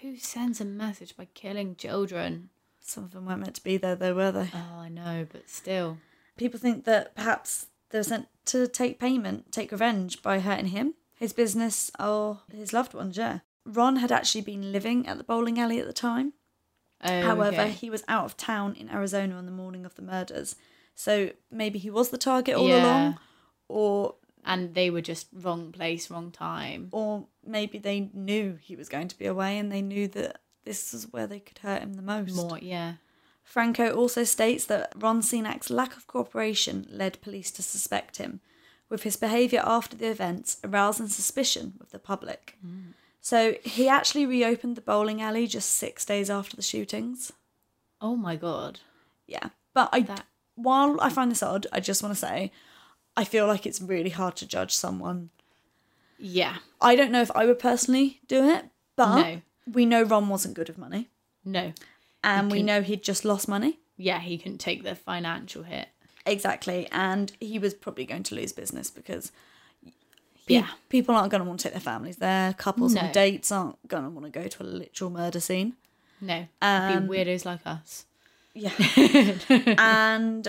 [SPEAKER 1] Who sends a message by killing children?
[SPEAKER 2] Some of them weren't meant to be there, though, were they?
[SPEAKER 1] Oh, I know, but still.
[SPEAKER 2] People think that perhaps they were sent to take payment, take revenge by hurting him, his business, or his loved ones, yeah. Ron had actually been living at the bowling alley at the time.
[SPEAKER 1] Oh,
[SPEAKER 2] However,
[SPEAKER 1] okay.
[SPEAKER 2] he was out of town in Arizona on the morning of the murders. So maybe he was the target all
[SPEAKER 1] Yeah.
[SPEAKER 2] along, or
[SPEAKER 1] and they were just wrong place, wrong time.
[SPEAKER 2] or maybe they knew he was going to be away and they knew that this is where they could hurt him the most.
[SPEAKER 1] More, yeah.
[SPEAKER 2] Franco also states that Ron Senak's lack of cooperation led police to suspect him, with his behaviour after the events arousing suspicion with the public.
[SPEAKER 1] Mm.
[SPEAKER 2] So he actually reopened the bowling alley just six days after the shootings.
[SPEAKER 1] Oh my god.
[SPEAKER 2] Yeah, but I
[SPEAKER 1] That-
[SPEAKER 2] while I find this odd, I just want to say I feel like it's really hard to judge someone.
[SPEAKER 1] Yeah.
[SPEAKER 2] I don't know if I would personally do it, but
[SPEAKER 1] No.
[SPEAKER 2] we know Ron wasn't good with money,
[SPEAKER 1] No.
[SPEAKER 2] and we
[SPEAKER 1] can-
[SPEAKER 2] know he'd just lost money.
[SPEAKER 1] Yeah, he can take the financial hit.
[SPEAKER 2] Exactly, and he was probably going to lose business because pe-
[SPEAKER 1] Yeah.
[SPEAKER 2] people aren't going to want to take their families there. Couples on
[SPEAKER 1] No.
[SPEAKER 2] dates aren't going to want to go to a literal murder scene.
[SPEAKER 1] No.
[SPEAKER 2] Um,
[SPEAKER 1] Be weirdos like us. (laughs)
[SPEAKER 2] Yeah, (laughs) and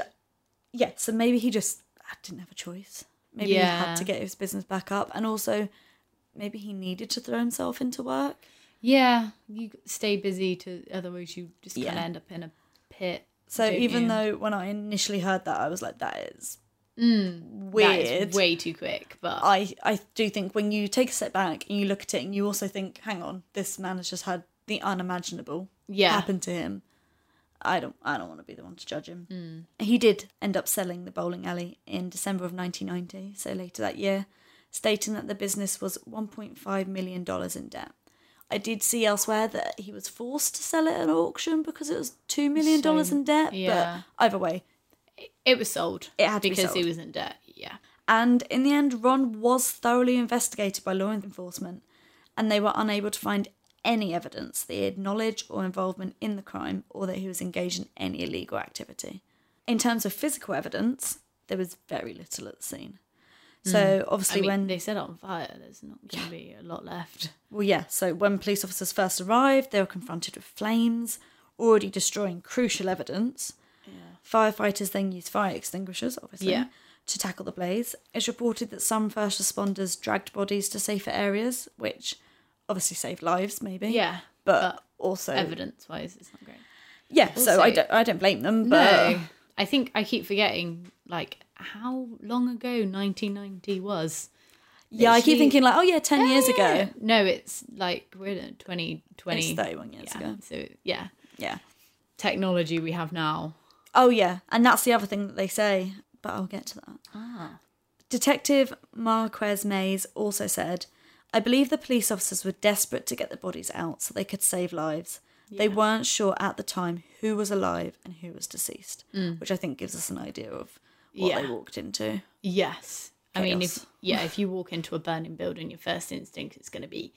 [SPEAKER 2] yeah, so maybe he just didn't have a choice. Maybe he
[SPEAKER 1] Yeah.
[SPEAKER 2] had to get his business back up, and also maybe he needed to throw himself into work.
[SPEAKER 1] Yeah. You stay busy to otherwise you just kind
[SPEAKER 2] Yeah.
[SPEAKER 1] of end up in a pit.
[SPEAKER 2] So
[SPEAKER 1] don't
[SPEAKER 2] even
[SPEAKER 1] you?
[SPEAKER 2] though when I initially heard that, I was like, "That is
[SPEAKER 1] Mm, That
[SPEAKER 2] weird." Uh,
[SPEAKER 1] is way too quick, but
[SPEAKER 2] I I do think when you take a step back and you look at it, and you also think, "Hang on, this man has just had the unimaginable
[SPEAKER 1] Yeah.
[SPEAKER 2] happen to him." I don't I don't want to be the one to judge him.
[SPEAKER 1] Mm.
[SPEAKER 2] He did end up selling the bowling alley in December of 1990, so later that year, stating that the business was 1.5 million dollars in debt. I did see elsewhere that he was forced to sell it at an auction because it was two million dollars
[SPEAKER 1] So,
[SPEAKER 2] in debt.
[SPEAKER 1] yeah.
[SPEAKER 2] But either way,
[SPEAKER 1] it was sold.
[SPEAKER 2] It had to be
[SPEAKER 1] because he
[SPEAKER 2] sold.
[SPEAKER 1] was in debt. Yeah.
[SPEAKER 2] And in the end, Ron was thoroughly investigated by law enforcement, and they were unable to find any evidence that he had knowledge or involvement in the crime or that he was engaged in any illegal activity. In terms of physical evidence, there was very little at the scene. So
[SPEAKER 1] Hmm. I
[SPEAKER 2] obviously,
[SPEAKER 1] mean,
[SPEAKER 2] when
[SPEAKER 1] they set it on fire, there's not going to be a lot left.
[SPEAKER 2] well, yeah. So when police officers first arrived, they were confronted with flames, already destroying crucial evidence. Firefighters then used fire extinguishers, obviously,
[SPEAKER 1] Yeah.
[SPEAKER 2] to tackle the blaze. It's reported that some first responders dragged bodies to safer areas, which obviously saved lives, maybe.
[SPEAKER 1] Yeah,
[SPEAKER 2] but,
[SPEAKER 1] but
[SPEAKER 2] also
[SPEAKER 1] Evidence wise, it's not great.
[SPEAKER 2] Yeah, so I
[SPEAKER 1] also-
[SPEAKER 2] don't, I don't blame them, but
[SPEAKER 1] No. I think I keep forgetting, like, how long ago 1990 was.
[SPEAKER 2] yeah, I keep
[SPEAKER 1] Literally-
[SPEAKER 2] thinking like, oh yeah, ten years ago.
[SPEAKER 1] No, it's like we're in 2020.
[SPEAKER 2] It's 31 years
[SPEAKER 1] yeah,
[SPEAKER 2] ago.
[SPEAKER 1] So, yeah.
[SPEAKER 2] Yeah.
[SPEAKER 1] Technology we have now.
[SPEAKER 2] Oh yeah, and that's the other thing that they say, but I'll get to that. Detective Marquez Mays also said, I believe the police officers were desperate to get the bodies out so they could save lives. They weren't sure at the time who was alive and who was deceased, which I think gives us an idea of what they
[SPEAKER 1] Yeah.
[SPEAKER 2] walked into.
[SPEAKER 1] Yes. I mean, if
[SPEAKER 2] Chaos.
[SPEAKER 1] yeah, if you walk into a burning building, your first instinct is going to be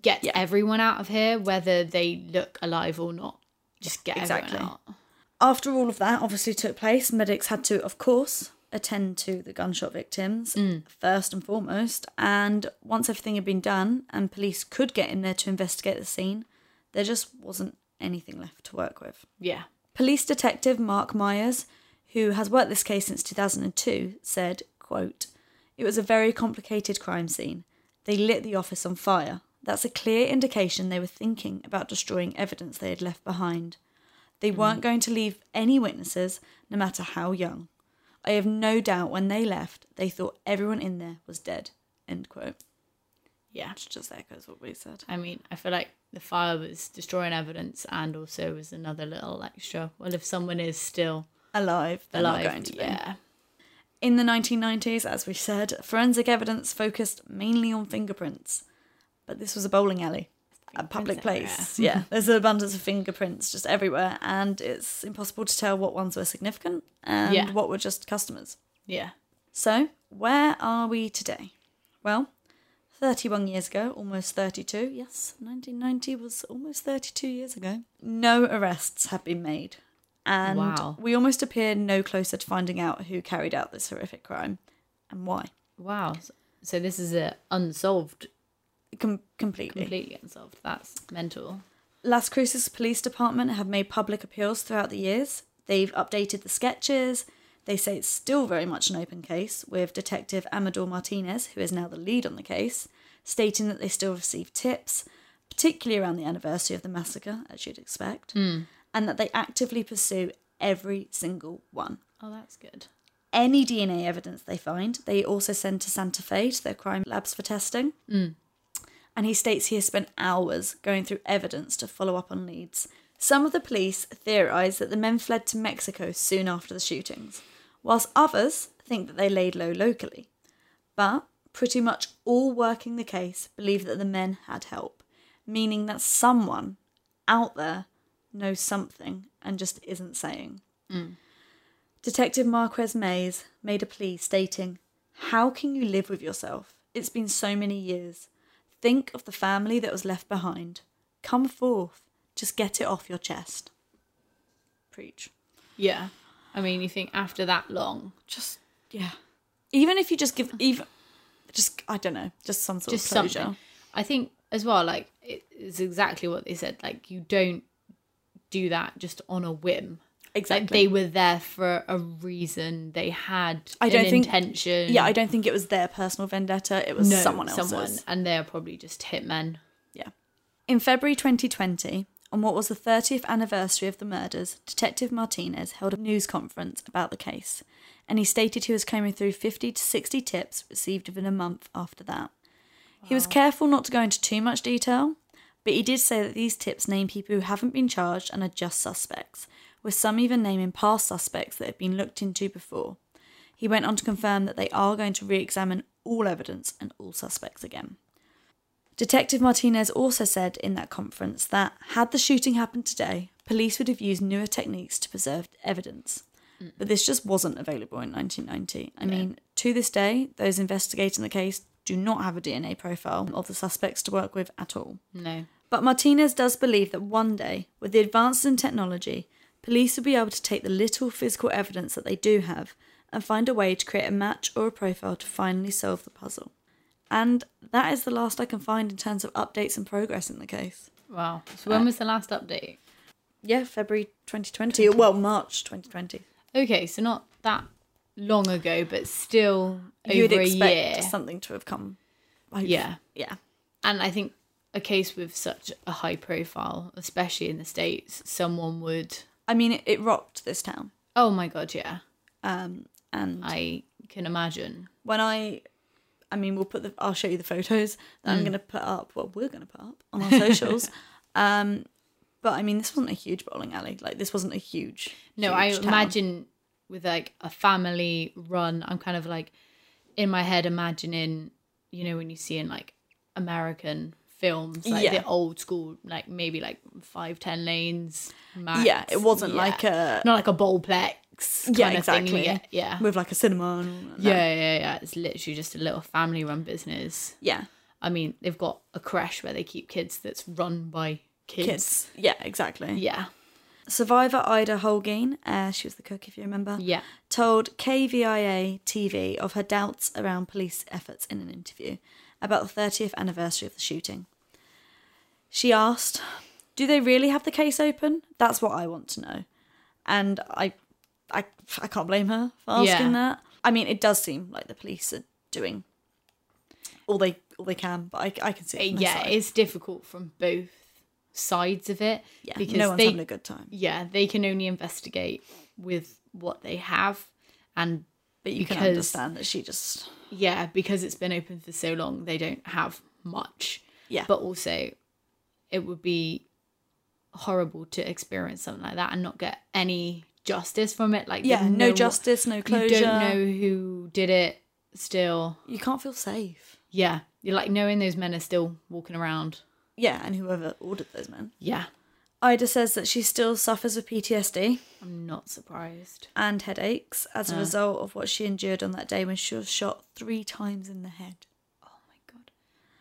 [SPEAKER 1] get everyone out of here, whether they look alive or not. Just get
[SPEAKER 2] exactly.
[SPEAKER 1] everyone out.
[SPEAKER 2] After all of that obviously took place, medics had to, of course, attend to the gunshot victims first and foremost. And once everything had been done and police could get in there to investigate the scene, there just wasn't anything left to work with.
[SPEAKER 1] Yeah.
[SPEAKER 2] Police detective Mark Myers, who has worked this case since 2002, said, quote, It was a very complicated crime scene. They lit the office on fire. That's a clear indication they were thinking about destroying evidence they had left behind. They
[SPEAKER 1] Hmm.
[SPEAKER 2] weren't going to leave any witnesses, no matter how young. I have no doubt when they left, they thought everyone in there was dead. End quote.
[SPEAKER 1] Yeah.
[SPEAKER 2] Which just echoes what we said.
[SPEAKER 1] I mean, I feel like the fire was destroying evidence and also was another little extra. Well, if someone is still
[SPEAKER 2] Alive, they're
[SPEAKER 1] alive,
[SPEAKER 2] not going to be.
[SPEAKER 1] yeah.
[SPEAKER 2] In the 1990s, as we said, forensic evidence focused mainly on fingerprints. But this was a bowling alley, a public place. Yeah, there's an abundance of fingerprints just everywhere, and it's impossible to tell what ones were significant and
[SPEAKER 1] Yeah.
[SPEAKER 2] what were just customers.
[SPEAKER 1] Yeah.
[SPEAKER 2] So, where are we today? Well, 31 years ago, almost 32. Yes, 1990 was almost 32 years ago. No arrests have been made. And
[SPEAKER 1] Wow.
[SPEAKER 2] we almost appear no closer to finding out who carried out this horrific crime and why.
[SPEAKER 1] Wow. So, so this is a unsolved,
[SPEAKER 2] Com- completely.
[SPEAKER 1] completely unsolved. That's mental.
[SPEAKER 2] Las Cruces Police Department have made public appeals throughout the years. They've updated the sketches. They say it's still very much an open case, with Detective Amador Martinez, who is now the lead on the case, stating that they still receive tips, particularly around the anniversary of the massacre, as you'd expect, and that they actively pursue every single one.
[SPEAKER 1] Oh, that's good.
[SPEAKER 2] Any DNA evidence they find, they also send to Santa Fe to their crime labs for testing. And he states he has spent hours going through evidence to follow up on leads. Some of the police theorise that the men fled to Mexico soon after the shootings, whilst others think that they laid low locally. But pretty much all working the case believe that the men had help, meaning that someone out there knows something and just isn't saying. Detective Marquez Mays made a plea stating, How can you live with yourself? It's been so many years. Think of the family that was left behind. Come forth. Just get it off your chest. Preach.
[SPEAKER 1] Yeah. I mean, you think after that long,
[SPEAKER 2] Just, yeah. Even if you just give, even, just, I don't know, just some sort
[SPEAKER 1] just
[SPEAKER 2] of closure.
[SPEAKER 1] something. I think as well, like it is exactly what they said. Like you don't do that just on a whim. Like
[SPEAKER 2] Exactly.
[SPEAKER 1] they were there for a reason. They had
[SPEAKER 2] I don't
[SPEAKER 1] an
[SPEAKER 2] think-
[SPEAKER 1] intention.
[SPEAKER 2] yeah, I don't think it was their personal vendetta. It was
[SPEAKER 1] no,
[SPEAKER 2] someone else's.
[SPEAKER 1] and they are probably just hitmen.
[SPEAKER 2] Yeah. In February 2020, on what was the 30th anniversary of the murders, Detective Martinez held a news conference about the case, and he stated he was combing through 50 to 60 tips received within a month after that. He was careful not to go into too much detail, but he did say that these tips name people who haven't been charged and are just suspects, with some even naming past suspects that have been looked into before. He went on to confirm that they are going to re examine all evidence and all suspects again. Detective Martinez also said in that conference that had the shooting happened today, police would have used newer techniques to preserve evidence. But this just wasn't available in 1990. I mean, to this day, those investigating the case do not have a DNA profile of the suspects to work with at all.
[SPEAKER 1] No.
[SPEAKER 2] But Martinez does believe that one day, with the advances in technology, police will be able to take the little physical evidence that they do have and find a way to create a match or a profile to finally solve the puzzle. And that is the last I can find in terms of updates and progress in the case.
[SPEAKER 1] Wow. So
[SPEAKER 2] Uh,
[SPEAKER 1] when was the last update?
[SPEAKER 2] Yeah, February 2020. Well, March 2020.
[SPEAKER 1] Okay, so not that long ago, but still over
[SPEAKER 2] You'd
[SPEAKER 1] a
[SPEAKER 2] expect
[SPEAKER 1] year.
[SPEAKER 2] something to have come. hopefully.
[SPEAKER 1] Yeah.
[SPEAKER 2] Yeah.
[SPEAKER 1] And I think a case with such a high profile, especially in the States, someone would.
[SPEAKER 2] I mean, it, it rocked this town.
[SPEAKER 1] Oh my God, yeah.
[SPEAKER 2] Um, and
[SPEAKER 1] I can imagine.
[SPEAKER 2] when I, I mean, we'll put the. I'll show you the photos that
[SPEAKER 1] Mm.
[SPEAKER 2] I'm going to put up. Well, we're going to put up on our
[SPEAKER 1] (laughs)
[SPEAKER 2] socials. um, but I mean, this wasn't a huge bowling alley. Like this wasn't a huge.
[SPEAKER 1] No,
[SPEAKER 2] huge
[SPEAKER 1] I
[SPEAKER 2] town.
[SPEAKER 1] imagine with like a family run, I'm kind of like in my head imagining, you know, when you see in like American films, like
[SPEAKER 2] Yeah.
[SPEAKER 1] the old school, like maybe like five, ten lanes. Max.
[SPEAKER 2] Yeah, it wasn't
[SPEAKER 1] Yeah.
[SPEAKER 2] like a.
[SPEAKER 1] not like a bowlplex. Kind
[SPEAKER 2] yeah,
[SPEAKER 1] of
[SPEAKER 2] exactly.
[SPEAKER 1] Thing you get. Yeah.
[SPEAKER 2] With like a cinema. And all that.
[SPEAKER 1] Yeah, yeah, yeah. It's literally just a little family run business.
[SPEAKER 2] Yeah.
[SPEAKER 1] I mean, they've got a creche where they keep kids that's run by kids.
[SPEAKER 2] Kids. Yeah, exactly.
[SPEAKER 1] Yeah.
[SPEAKER 2] Survivor Ida Holgein, uh, she was the cook if you remember,
[SPEAKER 1] Yeah.
[SPEAKER 2] told KVIA TV of her doubts around police efforts in an interview about the 30th anniversary of the shooting. She asked, "Do they really have the case open? That's what I want to know." And I I I can't blame her for asking
[SPEAKER 1] Yeah.
[SPEAKER 2] that. I mean, it does seem like the police are doing all they all they can, but I, I can see it from her
[SPEAKER 1] Uh, yeah,
[SPEAKER 2] side.
[SPEAKER 1] it's difficult from both sides of it.
[SPEAKER 2] yeah,
[SPEAKER 1] because
[SPEAKER 2] no one's
[SPEAKER 1] they,
[SPEAKER 2] having a good time.
[SPEAKER 1] yeah, they can only investigate with what they have. And
[SPEAKER 2] But you can
[SPEAKER 1] because-
[SPEAKER 2] understand that she just
[SPEAKER 1] yeah, because it's been open for so long, they don't have much.
[SPEAKER 2] yeah.
[SPEAKER 1] But also, it would be horrible to experience something like that and not get any justice from it. Like,
[SPEAKER 2] yeah,
[SPEAKER 1] there's
[SPEAKER 2] no,
[SPEAKER 1] one-
[SPEAKER 2] justice, no closure.
[SPEAKER 1] You don't know who did it still.
[SPEAKER 2] You can't feel safe.
[SPEAKER 1] Yeah. You're like knowing those men are still walking around.
[SPEAKER 2] Yeah, and whoever ordered those men.
[SPEAKER 1] Yeah.
[SPEAKER 2] Ida says that she still suffers with PTSD
[SPEAKER 1] I'm not surprised.
[SPEAKER 2] and headaches as
[SPEAKER 1] Ah.
[SPEAKER 2] a result of what she endured on that day when she was shot three times in the head.
[SPEAKER 1] Oh my God.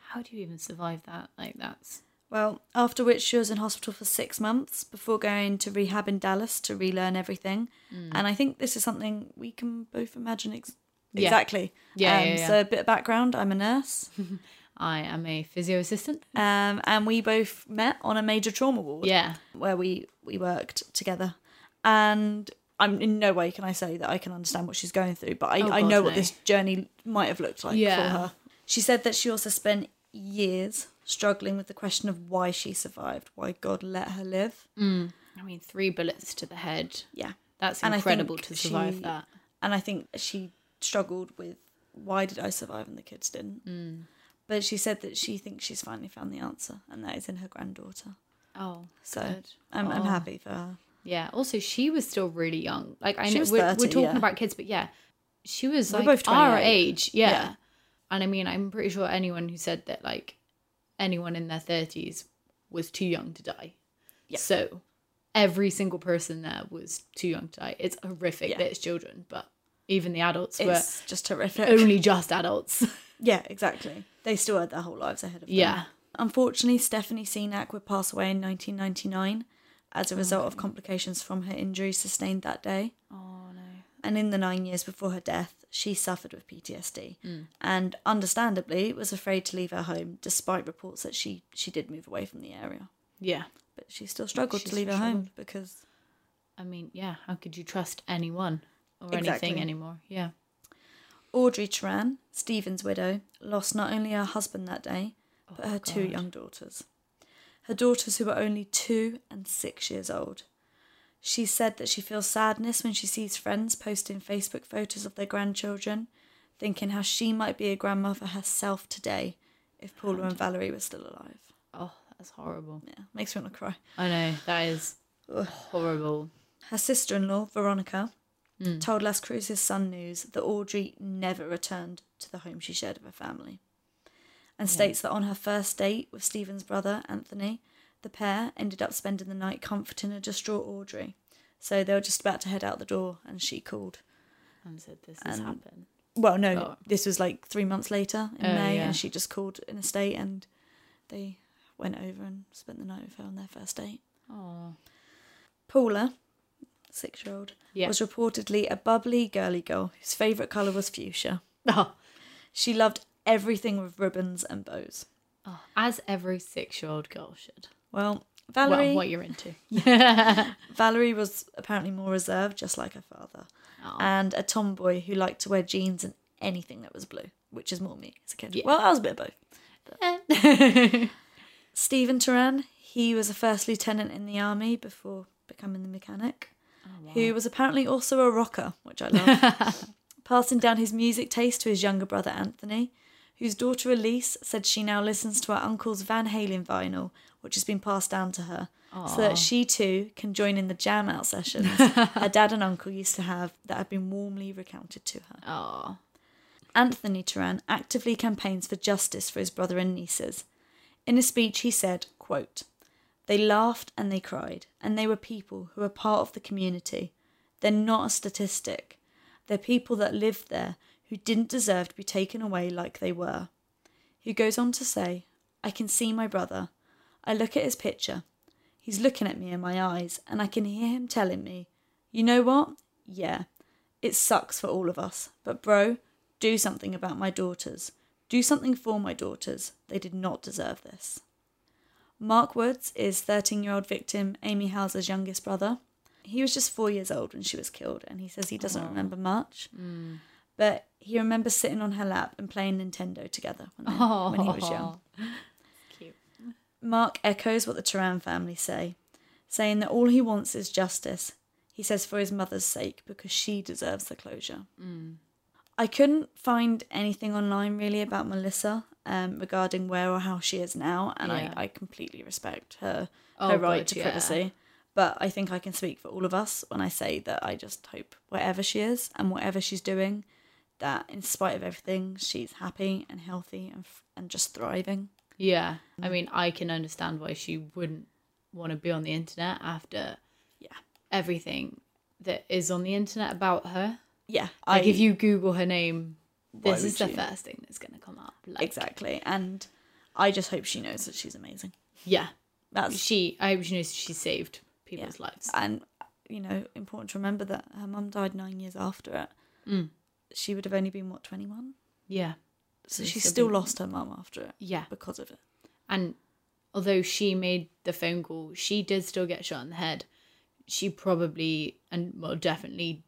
[SPEAKER 1] How do you even survive that? Like, that's.
[SPEAKER 2] Well, after which she was in hospital for six months before going to rehab in Dallas to relearn everything.
[SPEAKER 1] Mm.
[SPEAKER 2] And I think this is something we can both imagine ex-
[SPEAKER 1] Yeah.
[SPEAKER 2] exactly.
[SPEAKER 1] Yeah,
[SPEAKER 2] Um,
[SPEAKER 1] yeah, yeah.
[SPEAKER 2] So, a bit of background I'm a nurse, (laughs)
[SPEAKER 1] I am a physio assistant.
[SPEAKER 2] um, and we both met on a major trauma ward.
[SPEAKER 1] Yeah.
[SPEAKER 2] where we we worked together and i'm in no way can i say that i can understand what she's going through but i,
[SPEAKER 1] Oh,
[SPEAKER 2] I
[SPEAKER 1] God,
[SPEAKER 2] know what
[SPEAKER 1] no.
[SPEAKER 2] this journey might have looked like
[SPEAKER 1] Yeah.
[SPEAKER 2] for her she said that she also spent years struggling with the question of why she survived why god let her live
[SPEAKER 1] I mean, three bullets to the head.
[SPEAKER 2] yeah
[SPEAKER 1] That's
[SPEAKER 2] And I
[SPEAKER 1] incredible
[SPEAKER 2] think
[SPEAKER 1] to survive
[SPEAKER 2] she-
[SPEAKER 1] that.
[SPEAKER 2] and i think she struggled with why did i survive and the kids didn't
[SPEAKER 1] Mm.
[SPEAKER 2] but she said that she thinks she's finally found the answer and that is in her granddaughter
[SPEAKER 1] Oh,
[SPEAKER 2] so
[SPEAKER 1] good.
[SPEAKER 2] I'm, I'm
[SPEAKER 1] Oh.
[SPEAKER 2] happy for her
[SPEAKER 1] Yeah. Also, she was still really young. Like I
[SPEAKER 2] She
[SPEAKER 1] know
[SPEAKER 2] was
[SPEAKER 1] we're,
[SPEAKER 2] 30,
[SPEAKER 1] we're talking
[SPEAKER 2] yeah.
[SPEAKER 1] about kids, but yeah, she was
[SPEAKER 2] We're
[SPEAKER 1] like
[SPEAKER 2] both
[SPEAKER 1] our
[SPEAKER 2] 28.
[SPEAKER 1] age. Yeah.
[SPEAKER 2] Yeah.
[SPEAKER 1] And I mean, I'm pretty sure anyone who said that like anyone in their 30s was too young to die.
[SPEAKER 2] Yeah.
[SPEAKER 1] So every single person there was too young to die. It's horrific
[SPEAKER 2] Yeah.
[SPEAKER 1] that it's children, but even the adults
[SPEAKER 2] it's just horrific
[SPEAKER 1] were only just
[SPEAKER 2] (laughs)
[SPEAKER 1] adults. (laughs)
[SPEAKER 2] Yeah, exactly. They still had their whole lives ahead of them.
[SPEAKER 1] yeah.
[SPEAKER 2] Unfortunately, Stephanie Cenac would pass away in 1999 as a result of complications from her injuries sustained that day.
[SPEAKER 1] Oh no.
[SPEAKER 2] And in the nine years before her death, she suffered with PTSD and understandably was afraid to leave her home despite reports that she, she did move away from the area.
[SPEAKER 1] Yeah.
[SPEAKER 2] But she still struggled
[SPEAKER 1] She
[SPEAKER 2] to leave her
[SPEAKER 1] still
[SPEAKER 2] home because
[SPEAKER 1] I mean, yeah. How could you trust anyone or
[SPEAKER 2] Exactly.
[SPEAKER 1] anything anymore? Yeah.
[SPEAKER 2] Audrey Tran, Stephen's widow, lost not only her husband that day, but her two
[SPEAKER 1] God.
[SPEAKER 2] young daughters. Her daughters, who were only two and six years old. She said that she feels sadness when she sees friends posting Facebook photos of their grandchildren, thinking how she might be a grandmother herself today if Paula and Valerie were still alive.
[SPEAKER 1] Oh, that's horrible.
[SPEAKER 2] Yeah, makes me want to cry.
[SPEAKER 1] I know that is horrible.
[SPEAKER 2] Her sister in law, Veronica,
[SPEAKER 1] Hmm.
[SPEAKER 2] told Las Cruces Sun News that Audrey never returned to the home she shared with her family and states that on her first date with Stephen's brother, Anthony, the pair ended up spending the night comforting a distraught Audrey, So they were just about to head out the door, and she called.
[SPEAKER 1] and said this has
[SPEAKER 2] And-
[SPEAKER 1] happened.
[SPEAKER 2] Well, no,
[SPEAKER 1] Oh.
[SPEAKER 2] this was like three months later in
[SPEAKER 1] Oh,
[SPEAKER 2] May,
[SPEAKER 1] yeah.
[SPEAKER 2] and she just called in a state, and they went over and spent the night with her on their first date.
[SPEAKER 1] Oh,
[SPEAKER 2] Paula, six year old,
[SPEAKER 1] Yeah. (laughs)
[SPEAKER 2] was reportedly a bubbly, girly girl whose favourite colour was fuchsia.
[SPEAKER 1] oh,
[SPEAKER 2] She loved everything with ribbons and bows.
[SPEAKER 1] as every six-year-old girl should.
[SPEAKER 2] Well, Valerie,
[SPEAKER 1] Well, what you're (laughs) into.
[SPEAKER 2] Valerie was apparently more reserved, just like her father,
[SPEAKER 1] Oh.
[SPEAKER 2] and a tomboy who liked to wear jeans and anything that was blue, which is more me as a kid.
[SPEAKER 1] Yeah.
[SPEAKER 2] Well, I was a bit of both. Stephen Turan, he was a first lieutenant in the army before becoming the mechanic, who was apparently also a rocker, which I love, passing down his music taste to his younger brother Anthony, whose daughter Elise said she now listens to her uncle's Van Halen vinyl, which has been passed down to her, so that she too can join in the jam out sessions her dad and uncle used to have that had been warmly recounted to her.
[SPEAKER 1] oh,
[SPEAKER 2] Anthony Turan actively campaigns for justice for his brother and nieces. In a speech, he said, quote, They laughed and they cried, and they were people who are part of the community. They're not a statistic. They're people that lived there who didn't deserve to be taken away like they were. He goes on to say, I can see my brother. I look at his picture. He's looking at me in my eyes, and I can hear him telling me, You know what? Yeah, it sucks for all of us, but bro, do something about my daughters. Do something for my daughters. They did not deserve this. Mark Woods is 13 year old victim Amy Hauser's youngest brother. He was just four years old when she was killed, and he says he doesn't remember much, but he remembers sitting on her lap and playing Nintendo together when, they, when he was young.
[SPEAKER 1] cute.
[SPEAKER 2] Mark echoes what the Turan family say, saying that all he wants is justice. He says for his mother's sake because she deserves the closure.
[SPEAKER 1] Mm.
[SPEAKER 2] I couldn't find anything online really about Melissa um, regarding where or how she is now, and
[SPEAKER 1] Yeah.
[SPEAKER 2] I, I completely respect her
[SPEAKER 1] Oh,
[SPEAKER 2] her right
[SPEAKER 1] God,
[SPEAKER 2] to
[SPEAKER 1] yeah.
[SPEAKER 2] privacy. But I think I can speak for all of us when I say that I just hope wherever she is and whatever she's doing, that in spite of everything, she's happy and healthy and f- and just thriving.
[SPEAKER 1] Yeah, I mean, I can understand why she wouldn't want to be on the internet after
[SPEAKER 2] Yeah.
[SPEAKER 1] everything that is on the internet about her.
[SPEAKER 2] Yeah,
[SPEAKER 1] Like, if you Google her name,
[SPEAKER 2] Why
[SPEAKER 1] this is
[SPEAKER 2] would
[SPEAKER 1] the
[SPEAKER 2] you?
[SPEAKER 1] first thing that's going to come up. Like,
[SPEAKER 2] Exactly. And I just hope she knows that she's amazing.
[SPEAKER 1] Yeah,
[SPEAKER 2] That's
[SPEAKER 1] she. I hope she knows she saved people's lives.
[SPEAKER 2] and you know, important to remember that her mum died nine years after it.
[SPEAKER 1] Mm.
[SPEAKER 2] She would have only been what, twenty one?
[SPEAKER 1] Yeah,
[SPEAKER 2] So
[SPEAKER 1] She'd
[SPEAKER 2] she
[SPEAKER 1] still
[SPEAKER 2] still
[SPEAKER 1] be-
[SPEAKER 2] lost her mum after it.
[SPEAKER 1] Yeah.
[SPEAKER 2] Because of it.
[SPEAKER 1] and although she made the phone call, she did still get shot in the head. She probably and well definitely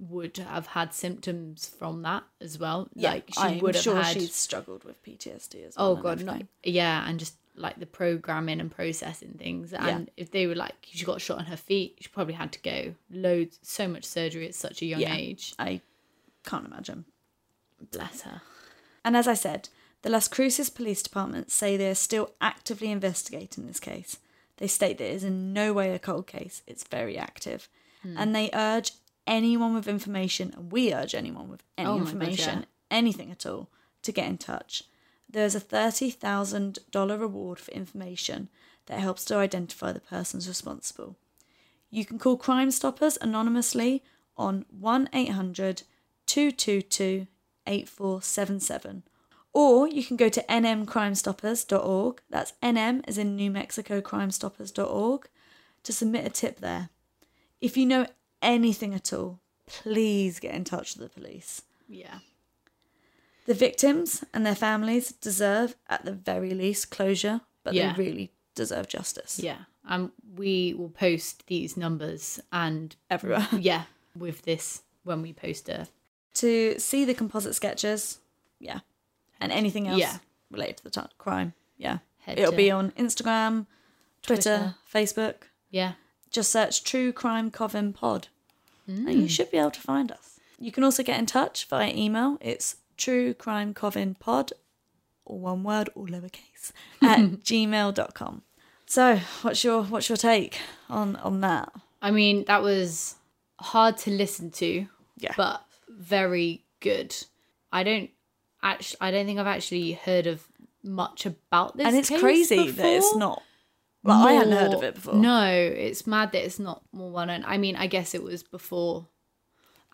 [SPEAKER 1] would have had symptoms from that as well. like she
[SPEAKER 2] I'm
[SPEAKER 1] would have
[SPEAKER 2] sure
[SPEAKER 1] had
[SPEAKER 2] she's struggled with PTSD as well.
[SPEAKER 1] Oh
[SPEAKER 2] and
[SPEAKER 1] god, no.
[SPEAKER 2] everything.
[SPEAKER 1] Yeah, and just like the programming and processing things. And if they were like, she got shot on her feet, she probably had to go loads, so much surgery at such a young
[SPEAKER 2] Yeah.
[SPEAKER 1] age.
[SPEAKER 2] I can't imagine.
[SPEAKER 1] Bless her.
[SPEAKER 2] And as I said, the Las Cruces Police Department say they are still actively investigating this case. They state that it is in no way a cold case, it's very active.
[SPEAKER 1] Hmm.
[SPEAKER 2] And they urge anyone with information, and we urge anyone with any
[SPEAKER 1] Oh my God,
[SPEAKER 2] information,
[SPEAKER 1] yeah.
[SPEAKER 2] anything at all, to get in touch. There's a $30,000 reward for information that helps to identify the persons responsible. You can call Crime Stoppers anonymously on 1 800 222 8477. Or you can go to nmcrimestoppers.org, that's nm as in New Mexico crimestoppers.org, to submit a tip there. If you know anything at all, please get in touch with the police.
[SPEAKER 1] Yeah.
[SPEAKER 2] The victims and their families deserve, at the very least, closure, but
[SPEAKER 1] Yeah.
[SPEAKER 2] they really deserve justice.
[SPEAKER 1] Yeah. And we will post these numbers and
[SPEAKER 2] Everywhere.
[SPEAKER 1] yeah, with this when we post a
[SPEAKER 2] to see the composite sketches, yeah, and anything else
[SPEAKER 1] Yeah.
[SPEAKER 2] related to the t- crime, yeah.
[SPEAKER 1] Head
[SPEAKER 2] It'll
[SPEAKER 1] to-
[SPEAKER 2] be on Instagram, Twitter, Facebook.
[SPEAKER 1] Yeah.
[SPEAKER 2] Just search True Crime Coven Pod, and you
[SPEAKER 1] Mm.
[SPEAKER 2] should be able to find us. You can also get in touch via email. It's True Crime Coven Pod, or one word, or
[SPEAKER 1] (laughs)
[SPEAKER 2] lowercase, at gmail.com. So, what's your what's your take on on that?
[SPEAKER 1] I mean, that was hard to listen to,
[SPEAKER 2] Yeah.
[SPEAKER 1] but very good. I don't actually, I don't think I've actually heard of much about this.
[SPEAKER 2] and it's
[SPEAKER 1] case
[SPEAKER 2] crazy that it's
[SPEAKER 1] before.
[SPEAKER 2] not Like, I hadn't heard
[SPEAKER 1] more-
[SPEAKER 2] of it before.
[SPEAKER 1] No, it's mad that it's not more well known. I mean, I guess it was before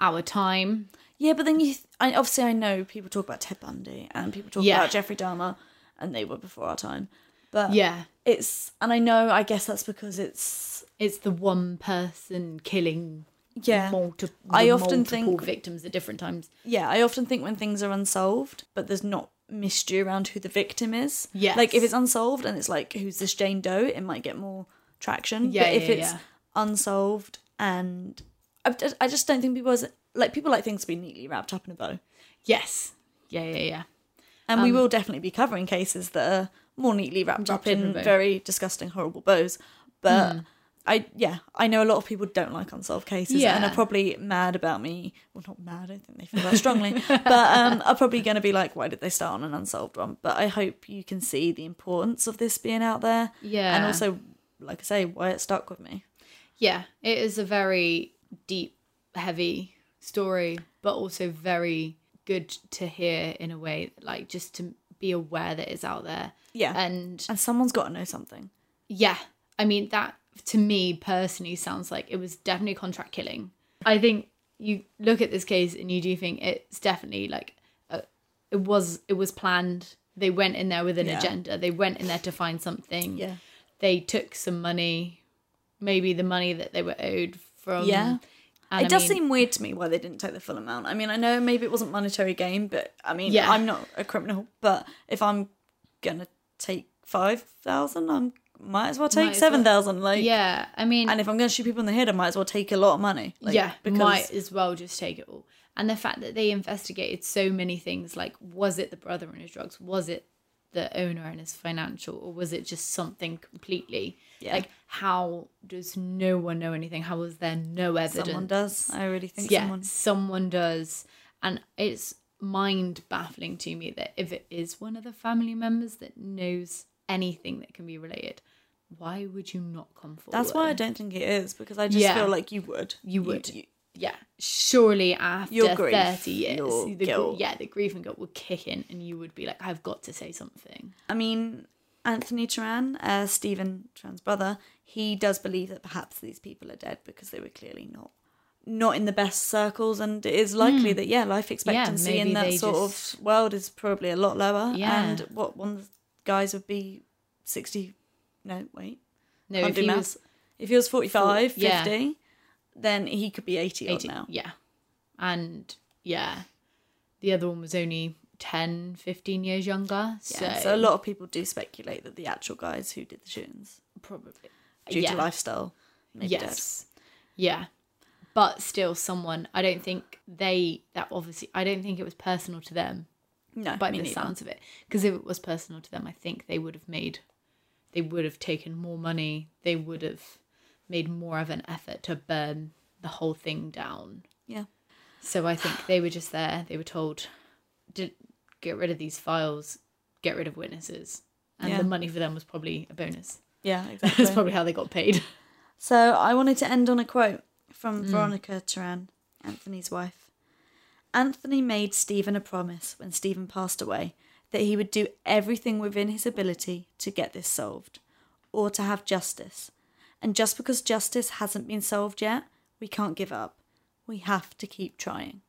[SPEAKER 1] our time.
[SPEAKER 2] Yeah, but then you. Th- I, obviously, I know people talk about Ted Bundy and people talk
[SPEAKER 1] Yeah.
[SPEAKER 2] about Jeffrey Dahmer, and they were before our time. But
[SPEAKER 1] Yeah,
[SPEAKER 2] it's and I know. I guess that's because it's
[SPEAKER 1] it's the one person killing
[SPEAKER 2] yeah.
[SPEAKER 1] multi-
[SPEAKER 2] I
[SPEAKER 1] the
[SPEAKER 2] often
[SPEAKER 1] multiple
[SPEAKER 2] think-
[SPEAKER 1] victims at different times.
[SPEAKER 2] Yeah, I often think when things are unsolved, but there's not mystery around who the victim is.
[SPEAKER 1] Yes.
[SPEAKER 2] Like if it's unsolved and it's like who's this Jane Doe, it might get more traction.
[SPEAKER 1] Yeah,
[SPEAKER 2] but if
[SPEAKER 1] yeah,
[SPEAKER 2] it's
[SPEAKER 1] yeah.
[SPEAKER 2] unsolved and I, just- I just don't think people as like people like things to be neatly wrapped up in a bow.
[SPEAKER 1] Yes. Yeah, yeah, yeah.
[SPEAKER 2] And
[SPEAKER 1] Um,
[SPEAKER 2] we will definitely be covering cases that are more neatly wrapped up
[SPEAKER 1] Wrapped up in
[SPEAKER 2] in
[SPEAKER 1] a bow.
[SPEAKER 2] very disgusting, horrible bows. But
[SPEAKER 1] Hmm.
[SPEAKER 2] I yeah, I know a lot of people don't like unsolved cases and
[SPEAKER 1] Yeah.
[SPEAKER 2] are probably mad about me. Well not mad, I don't think they feel that strongly. but um are probably gonna be like, why did they start on an unsolved one? But I hope you can see the importance of this being out there. And
[SPEAKER 1] Yeah.
[SPEAKER 2] also, like I say, why it stuck with me.
[SPEAKER 1] Yeah, it is a very deep, heavy story, but also very good to hear in a way, like just to be aware that it's out there.
[SPEAKER 2] Yeah.
[SPEAKER 1] And
[SPEAKER 2] And someone's gotta know something.
[SPEAKER 1] yeah, I mean, that to me personally sounds like it was definitely contract killing. I think you look at this case and you do think it's definitely like a, it was it was planned. They went in there with an
[SPEAKER 2] Yeah.
[SPEAKER 1] agenda. They went in there to find something.
[SPEAKER 2] Yeah.
[SPEAKER 1] They took some money, maybe the money that they were owed from
[SPEAKER 2] Yeah.
[SPEAKER 1] and
[SPEAKER 2] it does
[SPEAKER 1] I mean-
[SPEAKER 2] seem weird to me why they didn't take the full amount. I mean, I know maybe it wasn't monetary gain, but I mean,
[SPEAKER 1] Yeah.
[SPEAKER 2] I'm not a criminal, but if I'm gonna take five thousand, I'm might as well take
[SPEAKER 1] Might as well.
[SPEAKER 2] seven thousand. Like,
[SPEAKER 1] Yeah, I mean,
[SPEAKER 2] And if I'm gonna shoot people in the head, I might as well take a lot of money. Like,
[SPEAKER 1] yeah,
[SPEAKER 2] because
[SPEAKER 1] might as well just take it all. And the fact that they investigated so many things, like was it the brother and his drugs? Was it the owner and his financial? Or was it just something completely?
[SPEAKER 2] Yeah.
[SPEAKER 1] Like, how does no one know anything? How was there no evidence?
[SPEAKER 2] someone does. I really think
[SPEAKER 1] yeah,
[SPEAKER 2] someone.
[SPEAKER 1] someone does. And it's mind baffling to me that if it is one of the family members that knows anything that can be related, why would you not come forward?
[SPEAKER 2] That's why I don't think it is because I just
[SPEAKER 1] Yeah.
[SPEAKER 2] feel like you would.
[SPEAKER 1] You would. yeah, surely after
[SPEAKER 2] Your grief,
[SPEAKER 1] 30 years,
[SPEAKER 2] your
[SPEAKER 1] the, gr-
[SPEAKER 2] guilt.
[SPEAKER 1] yeah, the grief and guilt would kick in and you would be like, I've got to say something.
[SPEAKER 2] I mean, Anthony Turan, uh, Stephen Turan's brother, he does believe that perhaps these people are dead because they were clearly not not in the best circles, and it is likely that yeah, life expectancy
[SPEAKER 1] Hmm. maybe
[SPEAKER 2] in that
[SPEAKER 1] they
[SPEAKER 2] sort
[SPEAKER 1] just-
[SPEAKER 2] of world is probably a lot lower.
[SPEAKER 1] Yeah.
[SPEAKER 2] and what one of the guys would be sixty? No, wait,
[SPEAKER 1] No,
[SPEAKER 2] can't
[SPEAKER 1] if
[SPEAKER 2] do
[SPEAKER 1] he
[SPEAKER 2] maths.
[SPEAKER 1] was
[SPEAKER 2] if he was 45,
[SPEAKER 1] Four- yeah.
[SPEAKER 2] 50, then he could be eighty,
[SPEAKER 1] 80,
[SPEAKER 2] odd now.
[SPEAKER 1] yeah. And yeah, the other one was only 10, 15 years younger.
[SPEAKER 2] Yeah,
[SPEAKER 1] so,
[SPEAKER 2] so a lot of people do speculate that the actual guys who did the shootings,
[SPEAKER 1] probably.
[SPEAKER 2] due
[SPEAKER 1] Yeah.
[SPEAKER 2] to lifestyle, may be dead.
[SPEAKER 1] Yes. Yeah. But still, someone, I don't think they, that obviously, I don't think it was personal to them
[SPEAKER 2] No,
[SPEAKER 1] by
[SPEAKER 2] me
[SPEAKER 1] the
[SPEAKER 2] neither.
[SPEAKER 1] sounds of it. Because if it was personal to them, I think they would have made, they would have taken more money. They would have made more of an effort to burn the whole thing down.
[SPEAKER 2] Yeah.
[SPEAKER 1] So I think they were just there. They were told, "D- get rid of these files, get rid of witnesses. And
[SPEAKER 2] Yeah.
[SPEAKER 1] the money for them was probably a bonus. (laughs)
[SPEAKER 2] Yeah,
[SPEAKER 1] That's
[SPEAKER 2] exactly.
[SPEAKER 1] probably how they got paid.
[SPEAKER 2] so I wanted to end on a quote from Veronica Turan, Anthony's wife. Anthony made Stephen a promise when Stephen passed away that he would do everything within his ability to get this solved or to have justice. And just because justice hasn't been solved yet, we can't give up. We have to keep trying.